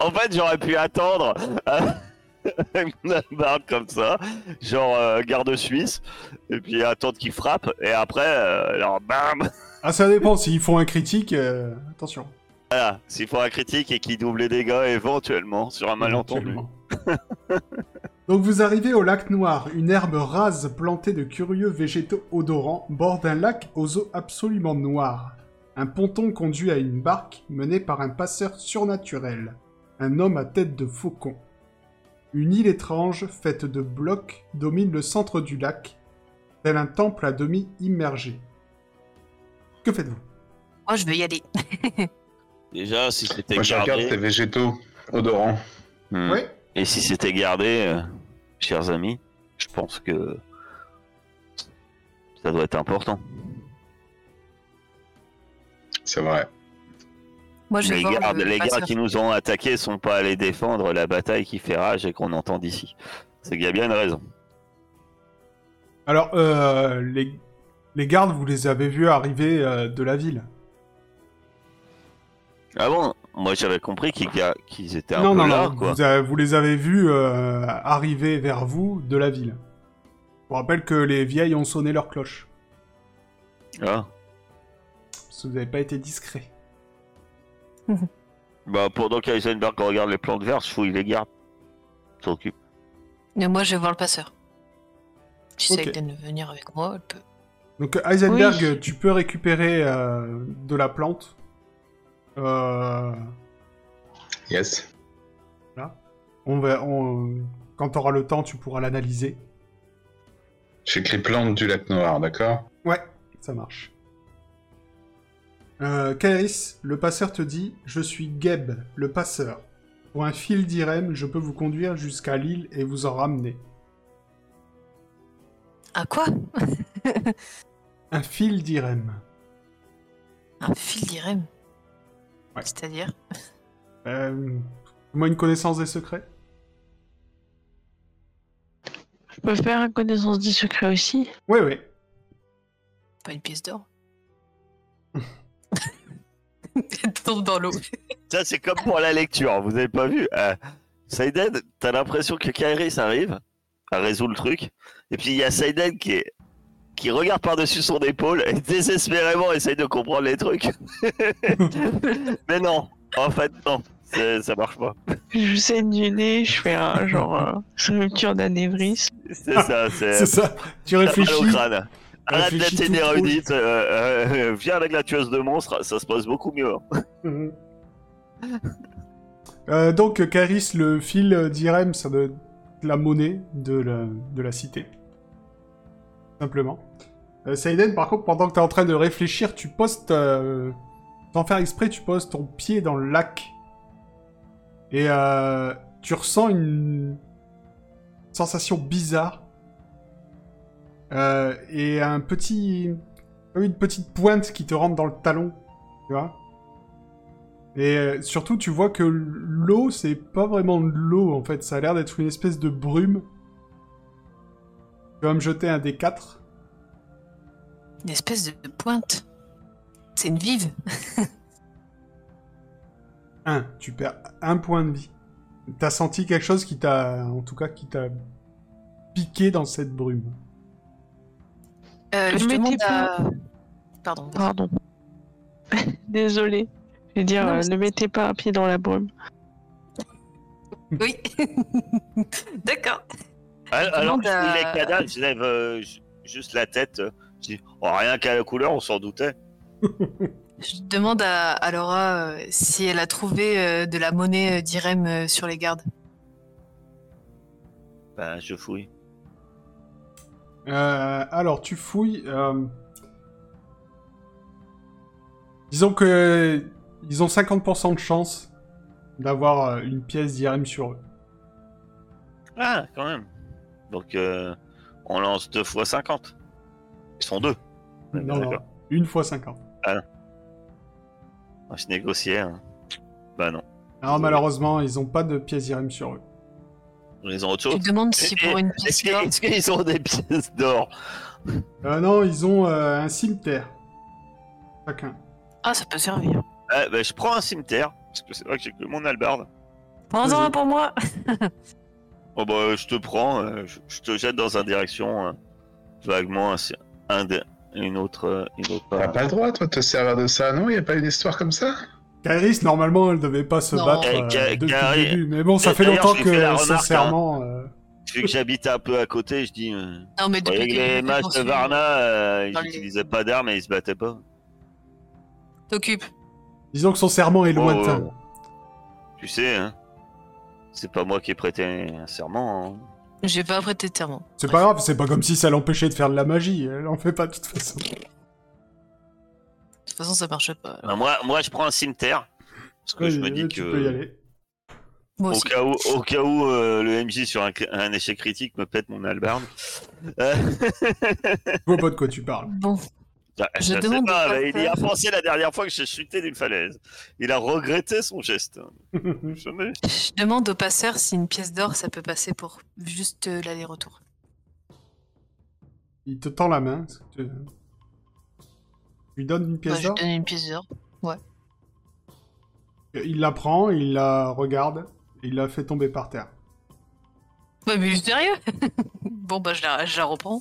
En fait, j'aurais pu attendre euh, (laughs) avec une barbe comme ça, genre euh, garde suisse, et puis attendre qu'il frappe, et après, euh, alors bam
ah, ça dépend, s'ils font un critique, euh, attention.
Voilà, s'il faut un critique et qu'il double les dégâts éventuellement sur un malentendu.
Éventuellement. Donc vous arrivez au lac noir, une herbe rase plantée de curieux végétaux odorants, bord d'un lac aux eaux absolument noires. Un ponton conduit à une barque menée par un passeur surnaturel, un homme à tête de faucon. Une île étrange, faite de blocs, domine le centre du lac, tel un temple à demi immergé. Que faites-vous
Moi, je veux y aller.
Déjà, si c'était
Moi, je regarde
gardé.
ces végétaux odorants.
Hmm.
Oui.
Et si c'était gardé, euh, chers amis, je pense que ça doit être important.
C'est vrai.
Moi, je vais
Les,
voir
gardes,
le
les
passeur.
gardes qui nous ont attaqués sont pas allés défendre la bataille qui fait rage et qu'on entend d'ici. C'est qu'il y a bien une raison.
Alors, euh, les... les gardes, vous les avez vus arriver euh, de la ville.
Ah bon Moi j'avais compris qu'ils ga- qu'ils étaient un
non,
peu
non,
là,
non,
quoi.
Vous, avez- vous les avez vus euh, arriver vers vous de la ville. Je vous rappelle que les vieilles ont sonné leur cloche.
Ah.
Parce que vous n'avez pas été discret.
Bah pendant qu'Eisenberg regarde les plantes vertes, je fouille les gardes. S'en occupe.
Mais moi, je vais voir le passeur. J'essaie
Ok.
de venir avec moi. elle peut-
Donc Heisenberg,
Oui.
tu peux récupérer euh, de la plante. Euh,
Yes.
on va, on- quand t'auras le temps, tu pourras l'analyser.
J'écris plante du lac noir, d'accord
Ouais, ça marche. Euh, Kairis, le passeur te dit Je suis Geb, le passeur. Pour un fil d'Irem, je peux vous conduire jusqu'à l'île et vous en ramener.
Ah quoi
Un fil d'Irem.
Un fil d'irem.
Ouais.
C'est-à-dire
Euh, moi, une connaissance des secrets
Je peux faire une connaissance des secrets aussi.
Ouais, ouais.
pas une pièce d'or. (laughs) Elle tombe dans l'eau.
Ça, c'est comme pour la lecture, vous avez pas vu euh, Seiden, t'as l'impression que Kairis arrive, elle résout le truc, et puis il y a Seiden qui, est- qui regarde par-dessus son épaule et désespérément essaye de comprendre les trucs. (laughs) Mais non, en fait, non, c'est- ça marche pas.
Je saigne du nez, je fais un genre
(laughs)
euh, rupture d'anévrisme.
C'est ça, c'est
C'est ça. Tu
Euh, t'as mal au
réfléchis.
crâne. Arrête
Réfléchis
d'être
tout
une
proche.
érudite, euh, euh, viens avec la tueuse de monstres, ça se passe beaucoup mieux.
Mhm. Euh, donc, Kairis, le fil d'Irem, ça de, de la monnaie de la, de la cité. Simplement. Euh, Seiden, par contre, pendant que tu es en train de réfléchir, tu postes. euh, sans faire exprès, tu poses ton pied dans le lac. Et euh, tu ressens une sensation bizarre. Euh, et un petit. comme Une petite pointe qui te rentre dans le talon. Tu vois et euh, surtout, tu vois que l'eau, c'est pas vraiment de l'eau en fait. Ça a l'air d'être une espèce de brume. Tu vas me jeter un des quatre.
Une espèce de pointe. C'est une vive.
1. Tu perds un point de vie. T'as senti quelque chose qui t'a, en tout cas, qui t'a piqué dans cette brume.
Euh, je
Mais
demande
t'es
à... Pardon.
Pardon. (laughs) Désolée. Je veux dire,
Non, mais
euh,
c'est-
ne mettez pas un pied dans la brume.
Oui. (laughs) D'accord.
Alors,
Je
alors
demande
que je fouille
à-
les cadavres, je lève euh, ju- juste la tête. euh, Je dis, oh, rien qu'à la couleur, on s'en doutait.
Je demande à, à Laura euh, si elle a trouvé euh, de la monnaie euh, d'Irem euh, sur les gardes.
Ben, je fouille.
Euh, alors, tu fouilles. euh, Disons que ils ont 50% de chance d'avoir euh, une pièce d'IRM sur eux.
Ah, quand même. Donc, euh, on lance 2 fois 50. Ils sont deux. Ouais,
Non, non.
d'accord.
Une fois 50.
Ah, Je négociais. hein. Bah non.
Alors malheureusement, ils ont pas de pièces IRM sur eux.
Ils ont autre
Je
chose.
demande si
Eh,
pour une
Est-ce
pièce
que-
d'or.
est-ce qu'ils ont des pièces d'or
Euh, non, ils ont euh, un cimetière. Chacun.
Ah, ça peut servir.
Eh ben, Je prends un cimetière. Parce que c'est vrai que j'ai que mon albarde.
Prends-en un pour moi.
Oh, bah, euh, je te prends. euh, Je je te jette dans une direction euh, vaguement un- un de- une autre. euh, Une autre
T'as pas le droit, toi, de te servir de ça, non Y a pas une histoire comme ça
Kairis, normalement, elle devait pas se
Non.
battre
Eh,
euh,
Ka-
depuis
Kairi-
le début. Mais bon, ça
Eh,
fait
d'ailleurs,
longtemps
j'ai fait la
que,
remarque, hein.
sincèrement, euh,
Vu que j'habite un peu à côté, je dis. euh,
Non, mais
Vous
depuis
voyez que les
que
mages de Varna, euh, ils
Dans les-
n'utilisaient pas d'armes et ils se battaient pas.
T'occupes.
Disons que son serment est
Oh,
lointain.
euh, tu sais, hein. C'est pas moi qui ai prêté un serment. hein.
J'ai pas prêté de serment.
C'est pas grave, c'est pas comme si ça l'empêchait de faire de la magie. Elle en fait pas de toute façon.
De toute façon, ça marche pas. alors.
Bah, moi, moi, je prends un cimetière. Parce que je me
Vas-y,
dis
Euh, tu peux y
que.
aller.
Moi
Au
aussi.
cas où, au cas où euh, le MJ sur un, cri- un échec critique me pète mon albarde. Euh,
Je vois pas de quoi tu parles.
Bon,
je
Je
sais
demande
bah, pas,
de pas
mais il y a
faire.
pensé la dernière fois que j'ai chuté d'une falaise. Il a regretté son geste. hein.
(laughs)
Jamais.
je demande aux passeurs si une pièce d'or, ça peut passer pour juste euh, l'aller-retour.
Il te tend la main. est-ce que Tu tu lui donnes une
Moi,
pièce
Bah, je
d'or
donne une pièce d'or.
Il la prend, il la regarde, et il la fait tomber par terre.
Ouais, mais sérieux (laughs) Bon, bah, je la, je la reprends.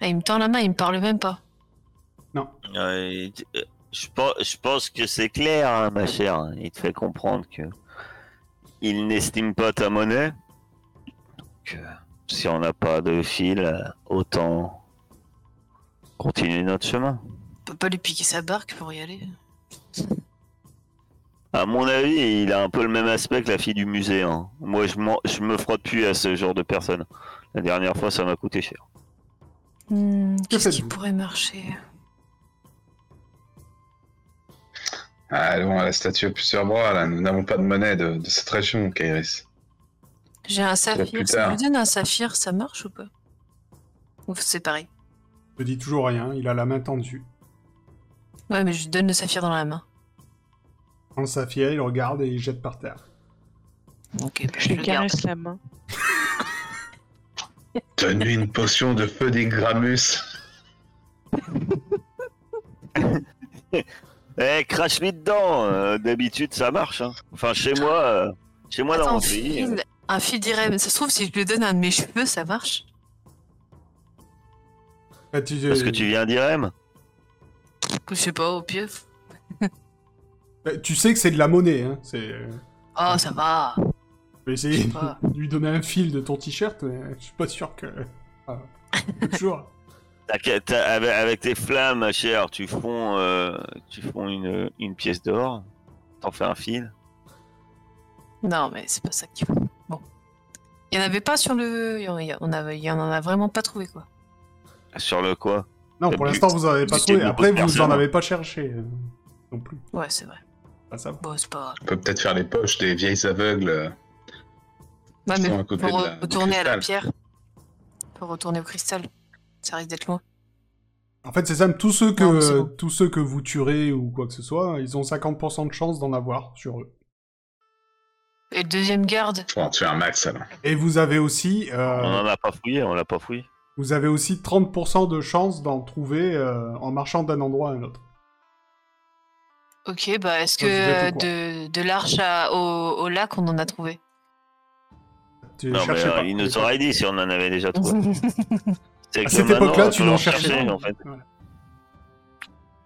Ah, il me tend la main, il me parle même pas.
Euh, il dit- euh, je, pense, je pense que c'est clair, hein, ma chère. Il te fait comprendre que il n'estime pas ta monnaie. Donc, euh, si on n'a pas de fil, euh, autant continuer notre chemin.
On peut pas lui piquer sa barque pour y aller.
À mon avis, il a un peu le même aspect que la fille du musée. hein. Moi, je, m'en- je me frotte plus à ce genre de personne. La dernière fois, ça m'a coûté cher.
Hmm, Qu'est-ce qui
faites-vous
pourrait marcher
Allons à Ah, la statue à plusieurs bras, là. Nous n'avons pas de monnaie de, de cette région, Kairis.
J'ai
Bah,
un
plus
saphir. Si je
tard.
vous donne un saphir, ça marche ou pas Ou c'est pareil
Je te dis toujours rien, il a la main tendue.
Ouais, mais je lui donne le saphir dans la main.
Prends le saphir, il regarde et il jette par terre.
Ok, bah,
Je
je le
lui
garde.
caresse la main.
Donne-lui une potion de feu d'Igramus.
Eh, crache-lui dedans. euh, D'habitude, ça marche. hein. Enfin, chez moi, euh, chez moi dans
Attends,
mon
un
pays. euh,
fil, un fil d'irem. Ça se trouve, si je lui donne un de mes cheveux, ça marche
Là, Bah, tu- euh,
Parce euh, que tu viens d'Irem
Je sais pas, au pire.
Bah, tu sais que c'est de la monnaie, hein. C'est...
Oh, ça va.
Je vais
Je
essayer
sais pas.
de lui donner un fil de ton t-shirt, mais je suis pas sûr que... Ah,
(laughs)
toujours.
T'as- t'as- avec, avec tes flammes, ma chère, tu fonds, euh, tu fonds une, une pièce d'or, t'en fais un fil.
Non, mais c'est pas ça qu'il faut. Bon. Il y en avait pas sur le. Il y en, il y en- on avait- il y en a vraiment pas trouvé, quoi.
Sur le quoi
Non,
Le
pour
but,
l'instant, vous en avez pas
c'est de hein.
trouvé.
ne
Après,
pas
vous en
personne.
avez pas cherché. euh, Non plus.
Ouais, c'est vrai.
Pas ça.
Bon, c'est pas.
On peut peut-être faire les poches des vieilles aveugles. euh,
Ouais,
Ils
Ah, mais
sont à côté
faut
de la- du
retourner à la
cristal.
pierre. Faut retourner au cristal. Ça risque d'être loin.
En fait, c'est simple. Tous ceux que,
Non, mais c'est bon.
tous ceux que vous tuerez ou quoi que ce soit, ils ont 50% de chance d'en avoir sur eux.
Et le deuxième garde
Faut en tuer un max, alors.
Et vous avez aussi, euh,
On en a pas fouillé, on l'a pas fouillé.
vous avez aussi 30% de chance d'en trouver euh, en marchant d'un endroit à un autre.
Ok, bah est-ce que
Ouais, vous êtes au
euh, de, de l'arche à- au, au lac, on en a trouvé
Tu
Non, mais
cherchais
euh,
pas. Mhm.
il nous aurait dit si on en avait déjà trouvé. C'est
À
que
cette
maintenant, on
époque-là,
va
tu
falloir
n'en cherchais
chercher,
pas.
en fait.
Voilà.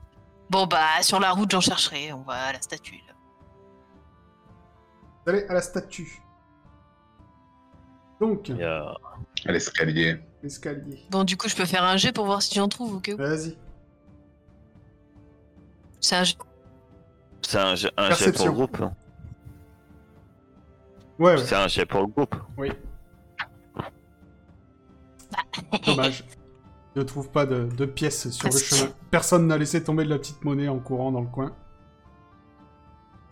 (laughs) Bon, bah sur la route, j'en chercherai. On va à la statue. là.
Vous allez à la statue. Donc,
Il y a-
À l'escalier.
l'escalier.
Bon, du coup, je peux faire un jet pour voir si j'en trouve ou que.
Vas-y.
C'est un jet.
C'est un, jeu- un jet pour
Perception. Ah
le groupe. hein.
Ouais, ouais.
C'est un jet pour le groupe.
(laughs)
Dommage. Je ne trouve pas de, de pièces sur le
Presque.
chemin. Personne n'a laissé tomber de la petite monnaie en courant dans le coin.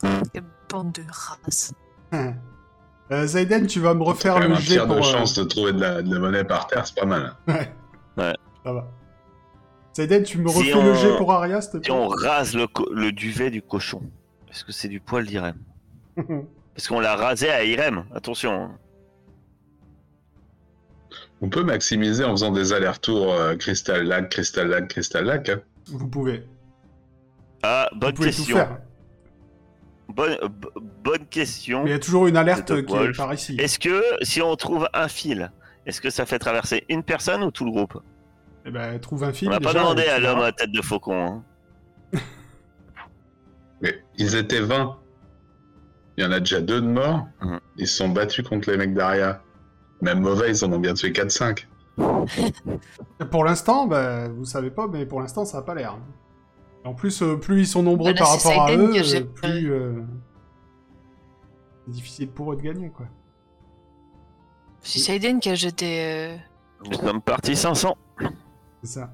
(laughs)
Bande de race.
Euh, Zayden, tu vas me refaire
Quand même
le
un
jet
tiers
pour...
de
euh,
chance de trouver de la, de la monnaie par terre, c'est pas mal. hein.
Ouais.
Ouais.
Ça va. Zayden, tu me
Si
refais le
on-
jet pour Aria, s'il te
Si on rase le, co- le duvet du cochon, est-ce que c'est du poil d'Irem
plaît.
Parce qu'on l'a rasé à Irem, attention. hein.
On peut maximiser en faisant des allers-retours euh, cristal lac, cristal lac, cristal lac. hein.
Vous pouvez.
Ah,
Vous
bonne
pouvez tout
question.
faire.
Bonne, euh, b- bonne question.
Mais il y a toujours une alerte
De
qui est
Wolf.
par ici.
Est-ce que si on trouve un fil, est-ce que ça fait traverser une personne ou tout le groupe
Eh ben, trouve un fil.
On n'a pas
déjà,
demandé
et tu
à l'homme
verras.
à tête de faucon. hein.
Mais ils étaient 20. Il y en a déjà deux de morts.
Mhm.
Ils se sont battus contre les mecs d'Aria. Même mauvais, ils en ont bien tué 4-5.
Pour l'instant, bah, vous savez pas, mais pour l'instant, ça a pas l'air. En plus, euh, plus ils sont nombreux
Ah, là,
par
c'est
rapport à
Saiden
eux,
qui a géré.
euh, plus euh, c'est difficile pour eux de gagner, quoi.
C'est Saiden qui a jeté. euh,
Nous sommes partis 500.
C'est ça.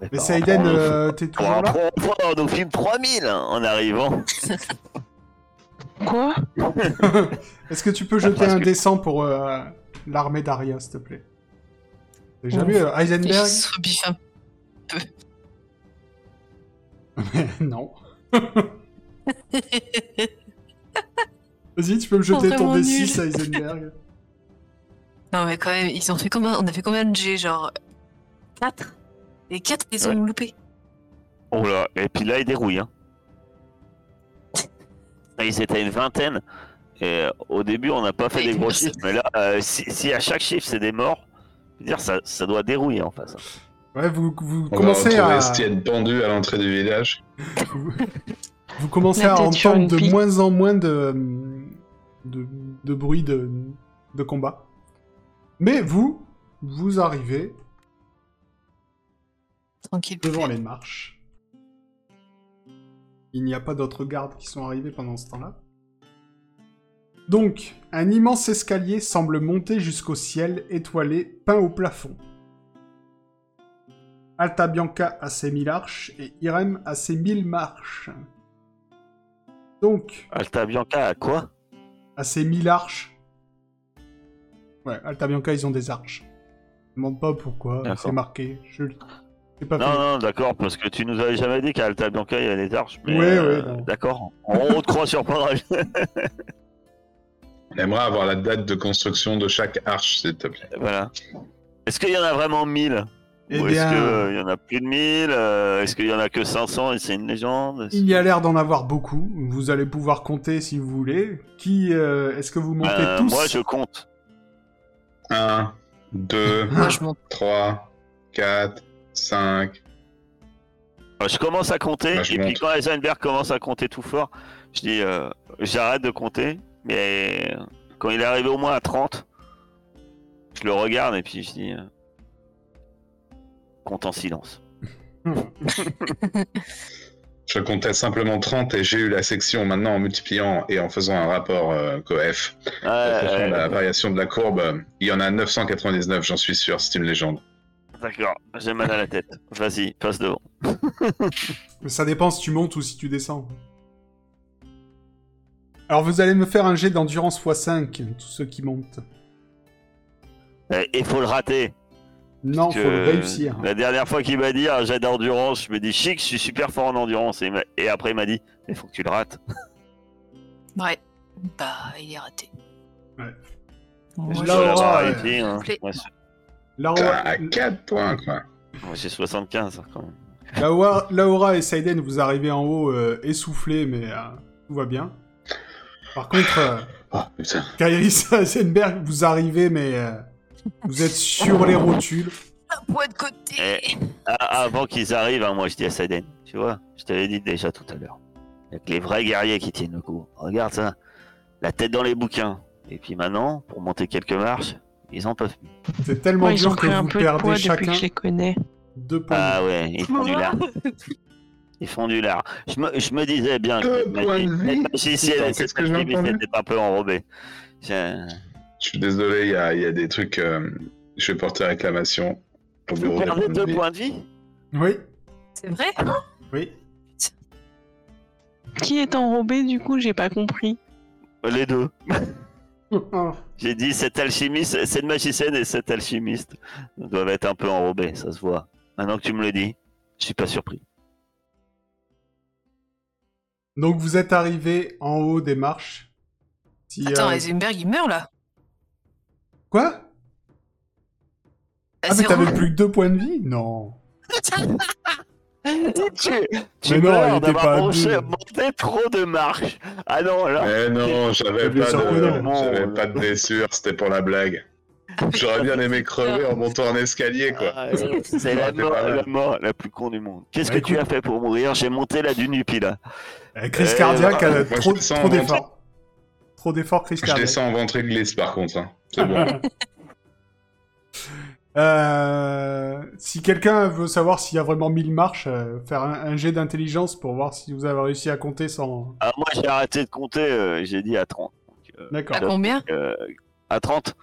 Mais
par
Saiden,
rapport-
euh, t'es
Pour
toujours
un
là
point, on nous file 3000 hein, en arrivant.
Quoi
(laughs) Est-ce que tu peux jeter
presque.
un dessin pour euh, l'armée d'Aria, s'il te plaît T'as déjà vu euh,
Il
Heisenberg
se rebiffe un
(laughs) Non. Vas-y, tu peux me jeter
Vraiment
ton
nul.
D6 à Heisenberg.
Non, mais quand même, ils ont fait combien On a fait combien de G Genre 4 Et 4, ils ont loupé.
Oh là, et puis là, il dérouille. Hein. Ils étaient une vingtaine. Et euh, au début, on n'a pas fait
Ouais,
des
ils
gros
sont-
chiffres. Mais là, euh, si, si à chaque chiffre, c'est des morts, je veux dire, ça, ça doit dérouiller en face. hein.
Ouais, vous, vous
On
commencez
va retrouver
à...
Estienne pendu à l'entrée du village.
vous, (laughs) vous commencez
On a
à
peut-être sur
entendre
une
de
piste.
moins en moins de, de, de bruit de, de combat. Mais vous, vous arrivez
Tranquille.
devant les marches. Il n'y a pas d'autres gardes qui sont arrivés pendant ce temps-là. Donc, un immense escalier semble monter jusqu'au ciel étoilé peint au plafond. Alta Bianca a ses mille arches et Irem a ses mille marches. Donc,
Alta Bianca, à quoi
à ses 1000 arches. Ouais, Alta Bianca, ils ont des arches. Je me demande pas pourquoi,
D'accord.
c'est marqué. Je sais pas
Non,
fait.
non, d'accord, parce que tu nous avais jamais dit qu'à Alta Bianca, il y avait des arches. Mais,
Ouais,
euh,
ouais, non.
D'accord. On te
(laughs)
croit surprendre.
On aimerait avoir la date de construction de chaque arche, s'il te plaît.
voilà. Est-ce qu'il y en a vraiment 1000
Eh
Ou
bien-
est-ce qu'il y en a plus de 1000 euh, Est-ce qu'il y en a que 500 et c'est une légende
Il y a l'air d'en avoir beaucoup. Vous allez pouvoir compter si vous voulez. Qui euh, est-ce que vous montez
Euh,
tous
Moi, je compte.
1, 2,
Moi, je monte.
3, 4, 5.
Euh, Je commence à compter,
Bah, je
et puis
monte.
quand Heisenberg commence à compter tout fort, je dis euh, j'arrête de compter, mais euh, quand il est arrivé au moins à 30, je le regarde et puis je dis euh, compte en silence.
Je comptais simplement 30 et j'ai eu la section maintenant en multipliant et en faisant un rapport euh, coef.
Ouais,
En fonction de la
euh,
variation de la courbe, euh, il y en a 999, j'en suis sûr, c'est une légende.
D'accord, j'ai mal à la tête. Vas-y, passe devant.
Ça dépend si tu montes ou si tu descends. Alors vous allez me faire un jet d'endurance x5, tous ceux qui montent.
Euh, Et faut le rater.
Non,
que Euh,
faut le réussir.
La dernière fois qu'il m'a dit ah, j'ai d'endurance, je me dis chic, je suis super fort en endurance. Et, il m'a- et après, il m'a dit il faut que tu le rates.
Ouais. Bah, il est raté.
Ouais.
Moi,
Là,
je-
Je vais
Laura,
l'avoir
euh,
réussi, hein.
complet.
Moi, c'est- Ah
Laura,
Putain, à 4 points, quoi.
moi, j'ai 75 quand même.
Laura, Laura et Saiden, vous arrivez en haut euh, essoufflés, mais euh, tout va bien. Par contre, euh,
Oh
Ah,
putain.
Kairis (laughs) Heisenberg, vous arrivez, mais euh, vous êtes sur les rotules.
Un poids de côté
Eh. Ah, avant qu'ils arrivent, hein, moi je dis à Saden, tu vois, je te l'ai dit déjà tout à l'heure. Il y a que les vrais guerriers qui tiennent le coup. Regarde ça, la tête dans les bouquins. Et puis maintenant, pour monter quelques marches, ils en peuvent plus.
C'est tellement
Moi, ils ont
dur que
pris un
vous
peu de
perdez
poids depuis
chacun
que je les connais.
deux points. de vie.
Euh,
Ah ouais, ils font du lard. Ils font du lard. Je me, je me disais bien que
Deux
cette
points de vie.
magi- cette magicienne
Attends,
et cette
qu'est-ce que j'ai
alchimiste
entendu
étaient un peu enrobées. C'est-
Je suis désolé, il y a, il y a des trucs. euh, je vais porter réclamation au
Vous
bureau des
perdez
points de
deux
vie.
points de vie
Oui,
C'est vrai
oui.
Qui est enrobé du coup J'ai pas compris.
Euh, Les deux.
Ah.
J'ai dit, cette alchimiste, cette magicienne et cette alchimiste doivent être un peu enrobées, ça se voit. Maintenant que tu me le dis, je suis pas surpris.
Donc vous êtes arrivé en haut des marches. Si,
Attends,
euh,
Heisenberg, il meurt là
Quoi
À
Ah mais
zéro.
t'avais plus que deux points de vie Non.
(laughs) tu
Mais
tu
non, il
meurs
était
d'avoir
pas
manché-
à deux.
monté trop de marches. Ah non, là,
Mais non, j'avais
Mais bien
pas,
sûr que
de...
non.
j'avais pas de blessure, c'était pour la blague. J'aurais bien aimé crever en montant un escalier, quoi.
ah, (laughs) c'est
Ouais,
la
t'es
mort,
pas mal.
la mort la plus con du monde. Qu'est-ce
Ouais,
que tu as fait pour mourir J'ai monté la Dunupi là.
Euh, crise
Euh,
cardiaque, elle a
moi, je
trop,
me sens
trop
en-
d'efforts. Trop d'efforts,
Je
Christian.
descends en ventre glisse par contre. hein. C'est bon.
Euh, si quelqu'un veut savoir s'il y a vraiment 1000 marches, euh, faire un, un jet d'intelligence pour voir si vous avez réussi à compter sans.
Ah, moi, j'ai arrêté de compter, euh, j'ai dit à 30. Donc, euh,
D'accord.
À combien
euh, à 30.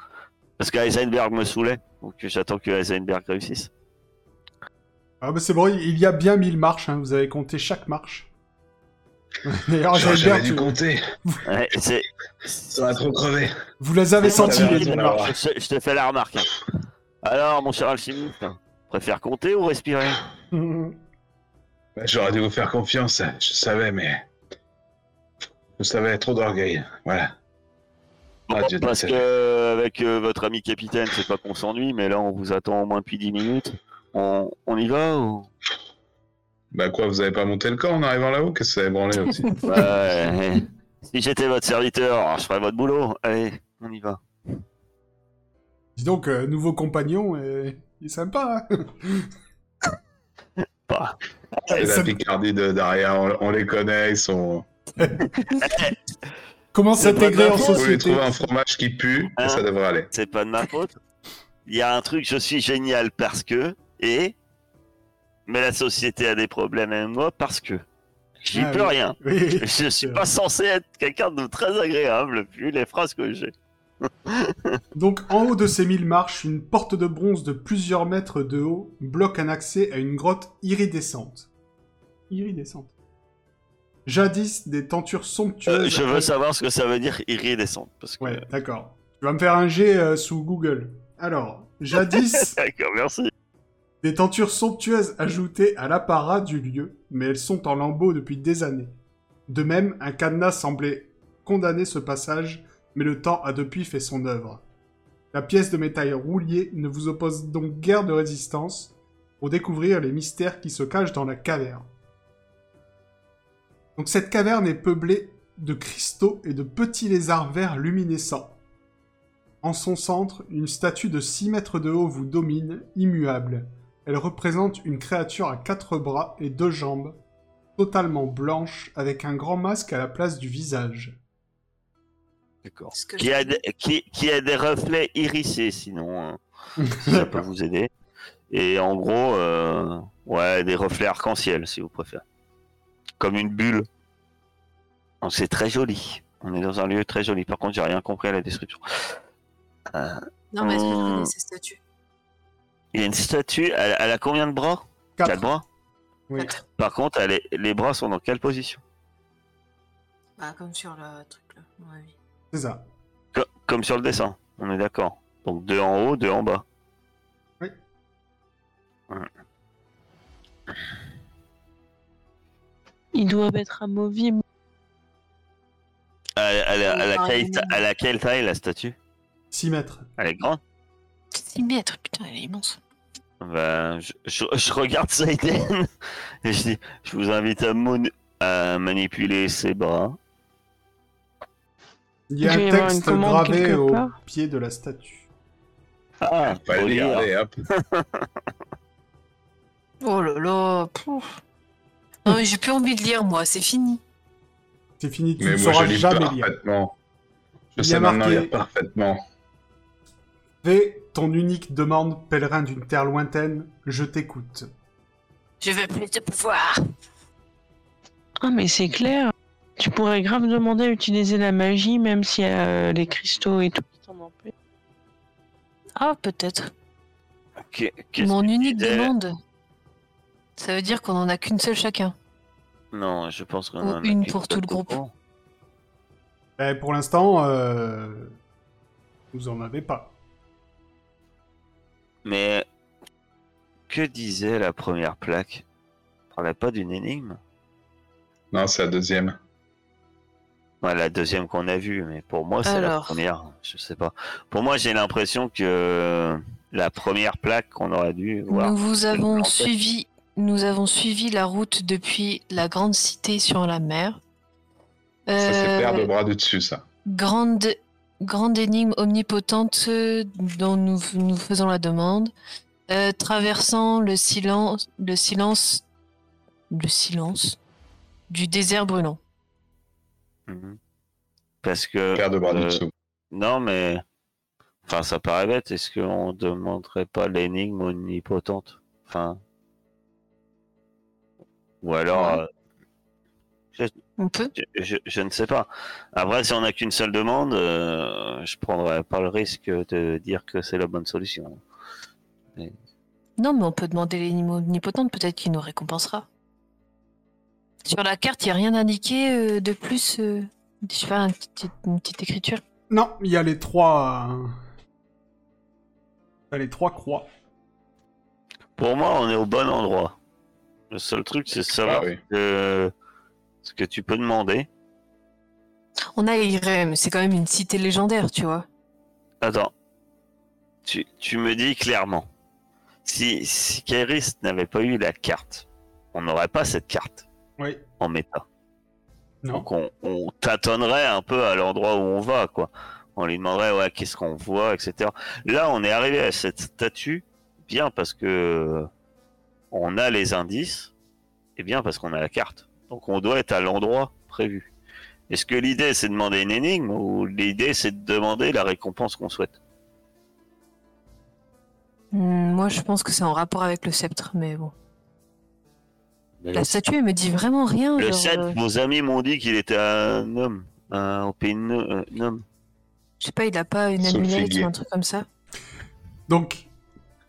Parce qu'Eisenberg me saoulait. Donc j'attends que Heisenberg réussisse.
Ah bah c'est bon, il y a bien 1000 marches, hein, vous avez compté chaque marche. (laughs) D'ailleurs,
J'aurais
Gilbert,
jamais dû
tu-
compter.
Ouais, c'est-
Ça va trop crevé.
vous les avez
Ah,
senties
ça va,
les
ça
mille
va.
marches.
je, te- je te fais la remarque. hein. Alors, mon cher alchimiste, préfère compter ou respirer
(laughs)
J'aurais dû vous faire confiance. hein. Je savais, mais. Je savais trop d'orgueil. Voilà.
Bon,
Ah, Dieu
Parce que,
déteste.
euh, avec euh, votre ami capitaine, c'est pas qu'on s'ennuie, mais là, on vous attend au moins depuis 10 minutes. On, on y va ou
Bah quoi, vous avez pas monté le camp en arrivant là-haut Qu'est-ce que ça avait branlé
(laughs)
aussi
Ouais, Si j'étais votre serviteur, je ferais votre boulot. Allez, on y va.
Dis donc, euh, nouveau compagnon, euh, il est sympa. hein.
Bah.
Eh,
La
ça-
Picardie de Daria, on, on les connaît, ils sont.
Comment
C'est
s'intégrer
pas
en
ma
Vous lui
société
trouver un fromage qui pue,
Hein
et ça devrait aller.
c'est pas de ma faute. Il y a un truc, je suis génial parce que, et, mais la société a des problèmes avec moi parce que. J'y
Ah
peux
oui. (laughs)
rien.
Oui,
Je suis
Euh.
pas censé être quelqu'un de très agréable, vu les phrases que j'ai.
Donc, en haut de ces mille marches, une porte de bronze de plusieurs mètres de haut bloque un accès à une grotte iridescente. Iridescente. Jadis des tentures somptueuses.
Euh, je veux savoir ce que ça veut dire iridescente. Parce que.
Ouais, d'accord. Tu vas me faire un jet euh, sous Google. Alors,
(laughs)
jadis
D'accord, merci.
des tentures somptueuses ajoutées à l'apparat du lieu, mais elles sont en lambeaux depuis des années. De même, un cadenas semblait condamner ce passage, mais le temps a depuis fait son œuvre. La pièce de métal roulier ne vous oppose donc guère de résistance pour découvrir les mystères qui se cachent dans la caverne. Donc cette caverne est peuplée de cristaux et de petits lézards verts luminescents. En son centre, une statue de 6 mètres de haut vous domine, immuable. Elle représente une créature à quatre bras et deux jambes, totalement blanche, avec un grand masque à la place du visage.
D'accord.
Parce que
Qui a, des, qui, qui a des reflets irisés, sinon, hein, si ça peut vous aider. Et en gros, euh, ouais, des reflets arc-en-ciel, si vous préférez. Comme une bulle. Donc c'est très joli. On est dans un lieu très joli. Par contre, j'ai rien compris à la description.
Non, mais est-ce que je
Hmm.
connais ces statues
Il y a une statue, elle, elle a combien de bras
Quatre.
Quatre bras
Oui.
Quatre.
Par contre, elle est- les bras sont dans quelle position
Bah, comme sur le truc là, à mon avis.
C'est ça.
Co- Comme sur le dessin, on est d'accord. Donc deux en haut, deux en bas.
Oui.
Ouais.
Ils doivent être amovibles.
Elle, elle- elle- elle a
Ah,
quelle
oui.
ta- elle a quelle taille la statue
6 mètres.
Elle est grande
6 mètres, putain, elle est immense.
Ben, je, je- je regarde Saiden et je dis Je vous invite à, mon- à manipuler ses bras.
Il y a
Il doit y
un
avoir une
texte
commande
gravé
quelque
au
part.
pied de la statue.
Ah,
Pas le lire,
regarde.
allez, hop.
Oh là là, pouf. Non, mais j'ai plus envie de lire, moi, c'est fini.
C'est fini, tu
Mais
ne
moi,
sauras
je lis
jamais lire.
parfaitement. Je
Il y
sais
a
maintenant
marqué-
lire parfaitement.
Fais ton unique demande, pèlerin d'une terre lointaine, je t'écoute.
Je veux plus de pouvoir.
Ah, mais c'est clair. Tu pourrais grave demander à utiliser la magie, même si euh, les cristaux et tout qui t'en empêchent.
Ah, peut-être.
Qu'est- qu'est-ce
Mon
que tu
unique
disais
demande. Ça veut dire qu'on en a qu'une seule chacun.
Non, je pense qu'on
Ou
en a
Oh, une
qu'une
pour tout le groupe.
Ben, pour l'instant, euh, vous en avez pas.
Mais que disait la première plaque Elle parlait pas d'une énigme
Non, c'est la deuxième.
Ouais, la deuxième qu'on a vue, mais pour moi, c'est la
Alors.
première. Je sais pas. Pour moi, j'ai l'impression que la première plaque qu'on aurait dû voir.
Nous vous
En
avons
fait-
suivi, nous avons suivi la route depuis la grande cité sur la mer.
Ça, c'est
Euh,
paire de bras du dessus, ça.
grande, grande énigme omnipotente euh, dont nous, f- nous faisons la demande. Euh, traversant le silence, le silence, le silence du désert brûlant.
Mhm. Parce que.
Claire de
euh,
Braditso.
Non, mais. Enfin, ça paraît bête. Est-ce qu'on demanderait pas l'énigme omnipotente Enfin. Ou alors.
Ouais.
euh,
On peut
je, je- je ne sais pas. Après, si on n'a qu'une seule demande, euh, je prendrais pas le risque de dire que c'est la bonne solution.
Non, mais on peut demander l'animaux omnipotente, peut-être qu'il nous récompensera. Sur la carte, il n'y a rien indiqué euh, de plus. euh, Je sais pas, un petit- une petite écriture.
Non, il y a les trois. euh, t'as les trois croix.
Pour moi, on est au bon endroit. Le seul truc, c'est
Ah
savoir
oui.
que- ce que tu peux demander.
On a Irem, c'est quand même une cité légendaire, tu vois.
Attends. Tu, tu me dis clairement, si, si Kairis n'avait pas eu la carte, on n'aurait pas cette carte
Oui.
en méta.
Non.
Donc on, on tâtonnerait un peu à l'endroit où on va, quoi. On lui demanderait, ouais, qu'est-ce qu'on voit, etc. Là, on est arrivé à cette statue, bien parce que euh, on a les indices, et bien parce qu'on a la carte. Donc on doit être à l'endroit prévu. Est-ce que l'idée c'est de demander une énigme ou l'idée c'est de demander la récompense qu'on souhaite
Hmm, moi, je pense que c'est en rapport avec le sceptre, mais bon. La statue, elle me dit vraiment rien.
Le
genre,
7,
euh,
vos amis m'ont dit qu'il était un homme. Un, au pays de No- euh, Nome.
je sais pas, il a pas une
Sous le
amulette
figuier.
ou un truc comme ça.
Donc,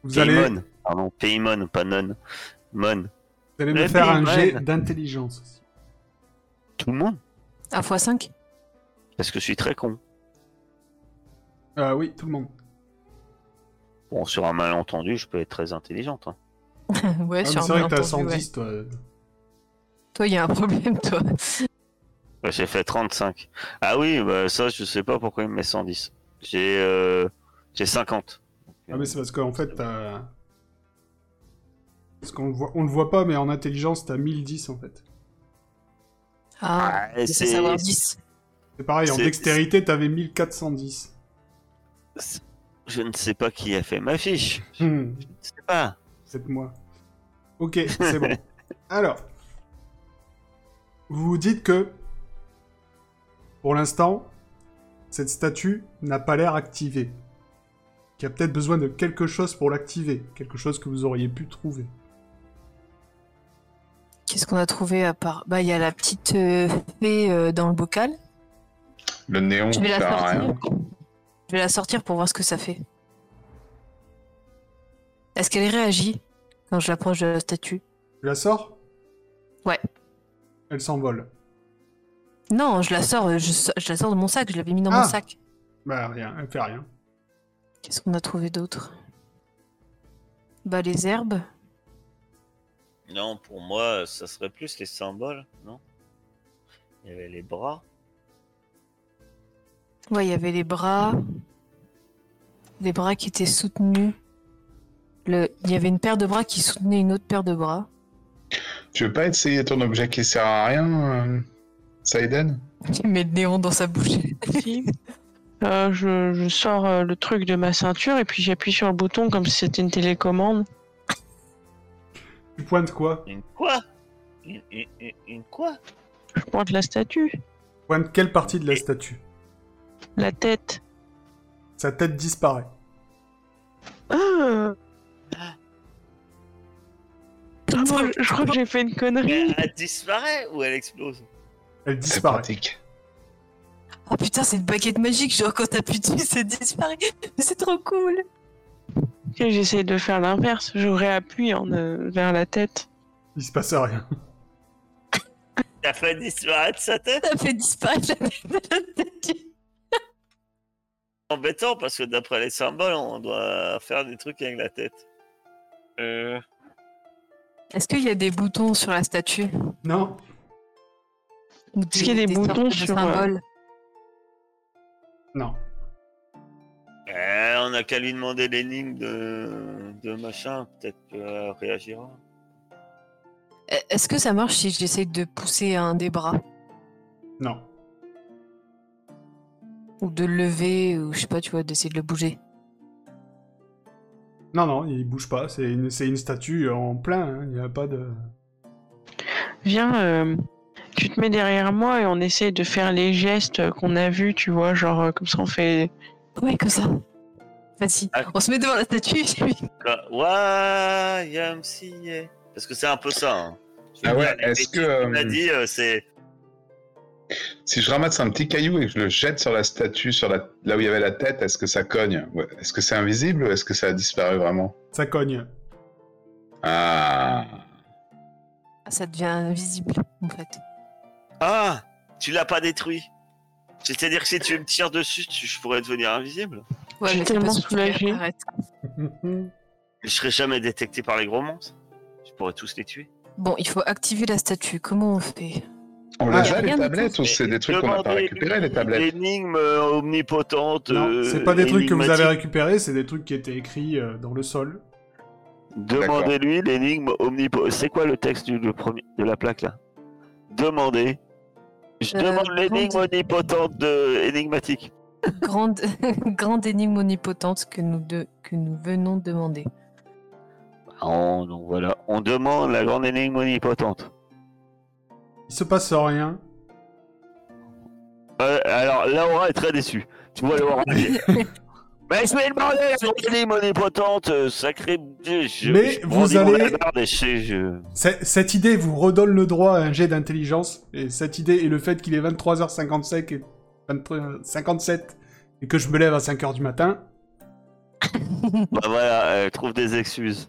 vous allez,
Paymon. Pardon, Paymon, pas non. Mon.
vous allez me
Eh,
faire un
Payman.
jet d'intelligence aussi.
Tout le monde
À x5
Parce que je suis très con.
Euh, oui, tout le monde.
Bon, sur un malentendu, je peux être très intelligente. hein.
(laughs) Ouais,
Ah, mais
sur un
c'est vrai que t'as
malentendu, ouais.
110, toi.
Toi, il y a un problème, toi.
Ouais, J'ai fait 35. Ah oui, bah, ça, je sais pas pourquoi il me met 110. J'ai euh, j'ai 50.
Ah, mais c'est parce qu'en fait, t'as. Parce qu'on le voit, on le voit pas, mais en intelligence, t'as 1010 en fait.
Ah,
Ouais,
c'est
c'est-
savoir 10.
C'est pareil, en
C'est-
dextérité, t'avais 1410.
Je ne sais pas qui a fait ma fiche.
Hmm,
Je ne sais pas.
C'est moi. Ok, c'est bon. Alors, vous vous dites que, pour l'instant, cette statue n'a pas l'air activée. Qu'il y a peut-être besoin de quelque chose pour l'activer. Quelque chose que vous auriez pu trouver.
Qu'est-ce qu'on a trouvé à part Bah, il y a la petite euh, fée euh, dans le bocal.
Le néon,
Je vais la
ça sert à rien.
sortir. Je vais la sortir pour voir ce que ça fait. Est-ce qu'elle réagit quand je l'approche de la statue
Tu la sors
Ouais.
Elle s'envole.
Non, je la sors, euh, je, so- je la sors de mon sac, je l'avais mis dans
Ah.
mon sac.
Bah rien, elle fait rien.
Qu'est-ce qu'on a trouvé d'autre Bah, les herbes.
Non, pour moi, ça serait plus les symboles, non Il y avait les bras.
Ouais, il y avait les bras. Les bras qui étaient soutenus. Le... Il y avait une paire de bras qui soutenait une autre paire de bras.
Tu veux pas essayer ton objet qui sert à rien, euh, Saiden
Il met le néon dans sa (laughs) bouche.
Euh, je, je sors euh, le truc de ma ceinture et puis j'appuie sur le bouton comme si c'était une télécommande.
Tu pointes quoi
Une quoi une, une- une- une quoi
Je pointe la statue,
Tu pointes quelle partie de la statue
la tête.
Sa tête disparaît.
Ah Ah, moi, je- je crois que j'ai fait une connerie.
Elle disparaît ou elle explose
Elle
C'est
disparaît.
pratique.
Oh putain, c'est une baguette magique, genre quand t'appuies dessus, ça disparaît. (laughs) C'est trop cool.
Ok, J'essaie de faire l'inverse. Je réappuie en, euh, vers la tête.
Il se passe rien.
T'as fait disparaître sa tête
Ça fait disparaître la tête de la statue.
Embêtant parce que d'après les symboles, on doit faire des trucs avec la tête. Euh...
Est-ce qu'il y a des boutons sur la statue
Non
Ou
qu'il y a des boutons
sortes de
sur, euh,
symboles
Non.
eh, on a qu'à lui demander l'énigme de... de machin, peut-être qu'elle réagira.
E- Est-ce que ça marche si j'essaie de pousser un des bras
Non.
Ou de le lever, ou je sais pas, tu vois, d'essayer de le bouger
Non, non, il bouge pas. C'est une, c'est une statue en plein. hein. Il n'y a pas de...
Viens, euh, tu te mets derrière moi et on essaie de faire les gestes qu'on a vus, tu vois, genre euh, comme ça on fait.
Ouais, comme ça. Vas-y,
Ah.
on se met devant la statue. (laughs)
Quoi Ouais, YMCA. Parce que c'est un peu ça. hein. Je
Ah
veux
ouais,
dire, les
est-ce
bêtises
que,
qu'on a
euh,
dit, euh, c'est.
Si je ramasse un petit caillou et que je le jette sur la statue, sur la... là où il y avait la tête, est-ce que ça cogne Ouais. Est-ce que c'est invisible ou est-ce que ça a disparu vraiment
Ça cogne. (laughs)
Ah
Ah, ça devient invisible, en fait.
Ah Tu l'as pas détruit C'est-à-dire que si tu me tires dessus, tu- je pourrais devenir invisible.
Ouais,
J'ai
mais c'est
tellement
pas sûr que
soulagé.
tu arrêtes.
Je serais jamais détecté par les gros monstres. Je pourrais tous les tuer.
Bon, il faut activer la statue. Comment on fait
On
Ah,
les
y
a
a rien
les
du
tablettes ou c'est des trucs qu'on n'a pas
Demandez
récupérés les
une
tablettes
Énigme euh, omnipotente.
Non,
euh,
c'est pas des trucs que vous avez
énigmatique.
récupérés, c'est des trucs qui étaient écrits euh, dans le sol.
Demandez-lui l'énigme omnipotente. C'est quoi le texte du, le premier, de la plaque là Demandez. Je
Euh,
demande l'énigme
demandez.
omnipotente de énigmatique.
grande, (laughs) grande énigme omnipotente que nous, deux, que nous venons de demander.
Ah, On, donc voilà, on demande la grande énigme omnipotente.
Il se passe rien.
Euh, alors, Laura est très déçue. Tu vois,
(laughs)
Laura. elle dit, Mais je vais demander la grande énigme omnipotente, euh, sacré Dieu. Je,
Mais
je
vous
brandis mon
allez-
hallebarde et je- je-
C'est- Cette idée vous redonne le droit à un jet d'intelligence, et cette idée et le fait qu'il est 23h55 et 23 57 et que je me lève à 5h du matin,
Bah voilà, elle trouve des excuses.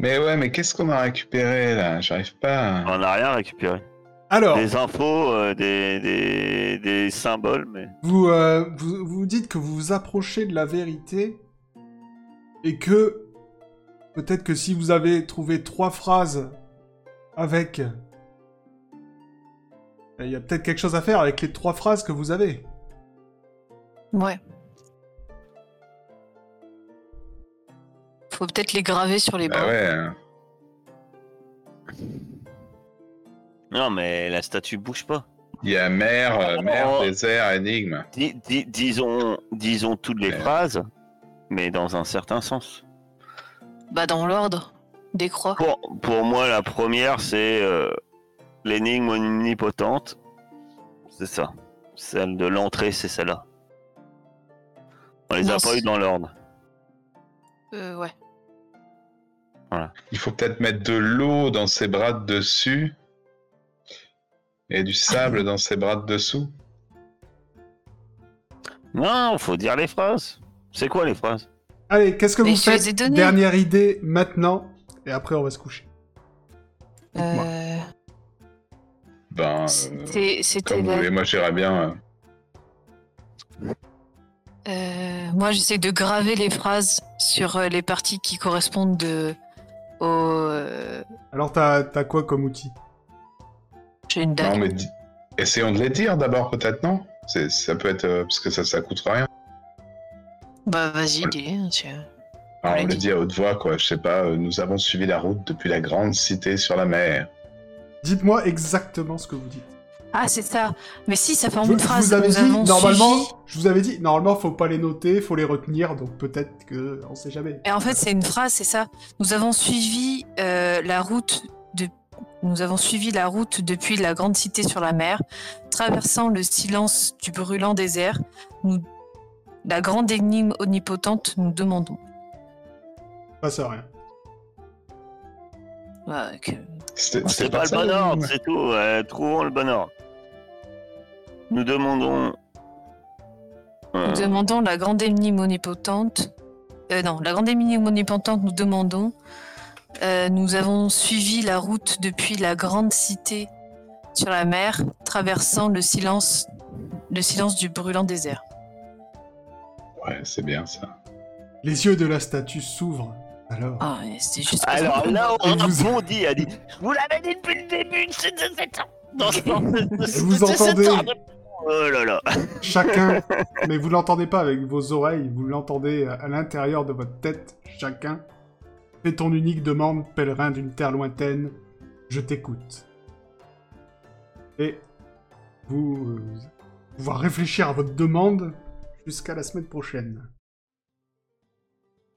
Mais ouais, mais qu'est-ce qu'on a récupéré là J'arrive pas. à-
On n'a rien récupéré.
alors,
Des infos, euh, des, des, des symboles, mais.
vous, euh, vous vous dites que vous vous approchez de la vérité et que peut-être que si vous avez trouvé trois phrases avec... ben, Il y a peut-être quelque chose à faire avec les trois phrases que vous avez.
Ouais. Faut peut-être les graver sur les
Bah
bras.
ouais. hein.
Non, mais la statue bouge pas.
Il y a mer, euh, mer,
Oh.
désert, énigme.
Di- di- disons, disons toutes les
Ouais.
phrases, mais dans un certain sens.
Bah, dans l'ordre, des croix.
Pour, pour moi, la première, c'est euh, l'énigme omnipotente. C'est ça. Celle de l'entrée, c'est celle-là. On les
Non,
a pas
c'est-
eu dans l'ordre.
Euh, ouais.
Il faut peut-être mettre de l'eau dans ses bras de dessus et du sable dans ses bras de dessous.
Non, faut dire les phrases. C'est quoi les phrases
Allez, qu'est-ce que
Mais
vous
je les ai
faites
données.
Dernière idée maintenant, et après on va se coucher. Dites-moi.
Euh,
Ben, euh,
c'était c'était
comme vous
la-
voulez, moi j'irais bien. euh,
Euh, moi, j'essaie de graver les phrases sur euh, les parties qui correspondent de... au. euh,
Alors t'as t'as quoi comme outil
J'ai une dague.
Non, mais di- essayons de les dire d'abord, peut-être, non C'est- Ça peut être. euh, parce que ça, ça coûte rien.
Bah, vas-y, dis. tiens.
Alors,
Ouais,
on le
dis-
dit à haute voix, quoi. Je sais pas, euh, nous avons suivi la route depuis la grande cité sur la mer.
Dites-moi exactement ce que vous dites.
Ah, c'est ça. Mais si, ça forme
vous,
une phrase.
vous avez
nous
dit
avons
normalement,
suivi-
je vous avais dit normalement faut pas les noter, faut les retenir, donc peut-être que on sait jamais.
Et en fait, c'est une phrase, c'est ça. Nous avons suivi euh, la route de. Nous avons suivi la route depuis la grande cité sur la mer, traversant le silence du brûlant désert. Nous... La grande énigme omnipotente, nous demandons.
Passe à rien.
Ouais, que-
C'était-
Ah, C'est
c'était
pas le
Ah, ça,
bon ordre,
l'énigme
c'est tout. euh, trouvons le bon ordre. Nous demandons. Euh,
Nous demandons la grande énigme omnipotente. Euh, non, la grande énigme omnipotente, nous demandons. euh, nous avons suivi la route depuis la grande cité sur la mer, traversant le silence, le silence du brûlant désert.
Ouais, c'est bien ça.
Les yeux de la statue s'ouvrent. Alors,
Ah, mais c'est juste. parce que-
Alors là, on
Et vous-
rebondit. Elle dit Je vous l'avais dit depuis le début, c'est de cet ordre. Dans ce sens, c'est
vous
de cet
entendez-
ordre. Oh là là.
chacun, mais vous l'entendez pas avec vos oreilles, vous l'entendez à l'intérieur de votre tête. Chacun fait ton unique demande, pèlerin d'une terre lointaine. Je t'écoute. Et vous euh, pouvoir réfléchir à votre demande jusqu'à la semaine prochaine.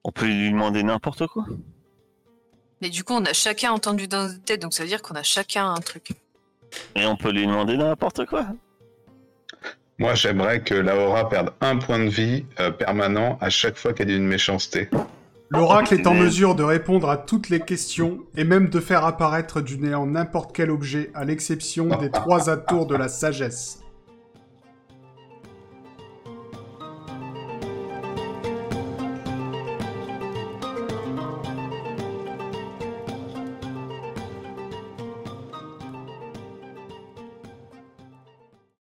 On peut lui demander n'importe quoi.
Mais du coup, on a chacun entendu dans notre tête, donc ça veut dire qu'on a chacun un truc.
Et on peut lui demander n'importe quoi.
Moi, j'aimerais que Laura perde un point de vie euh, permanent à chaque fois qu'elle dit une méchanceté.
L'oracle est en
Mais-
mesure de répondre à toutes les questions et même de faire apparaître du néant n'importe quel objet, à l'exception des trois atours de la sagesse.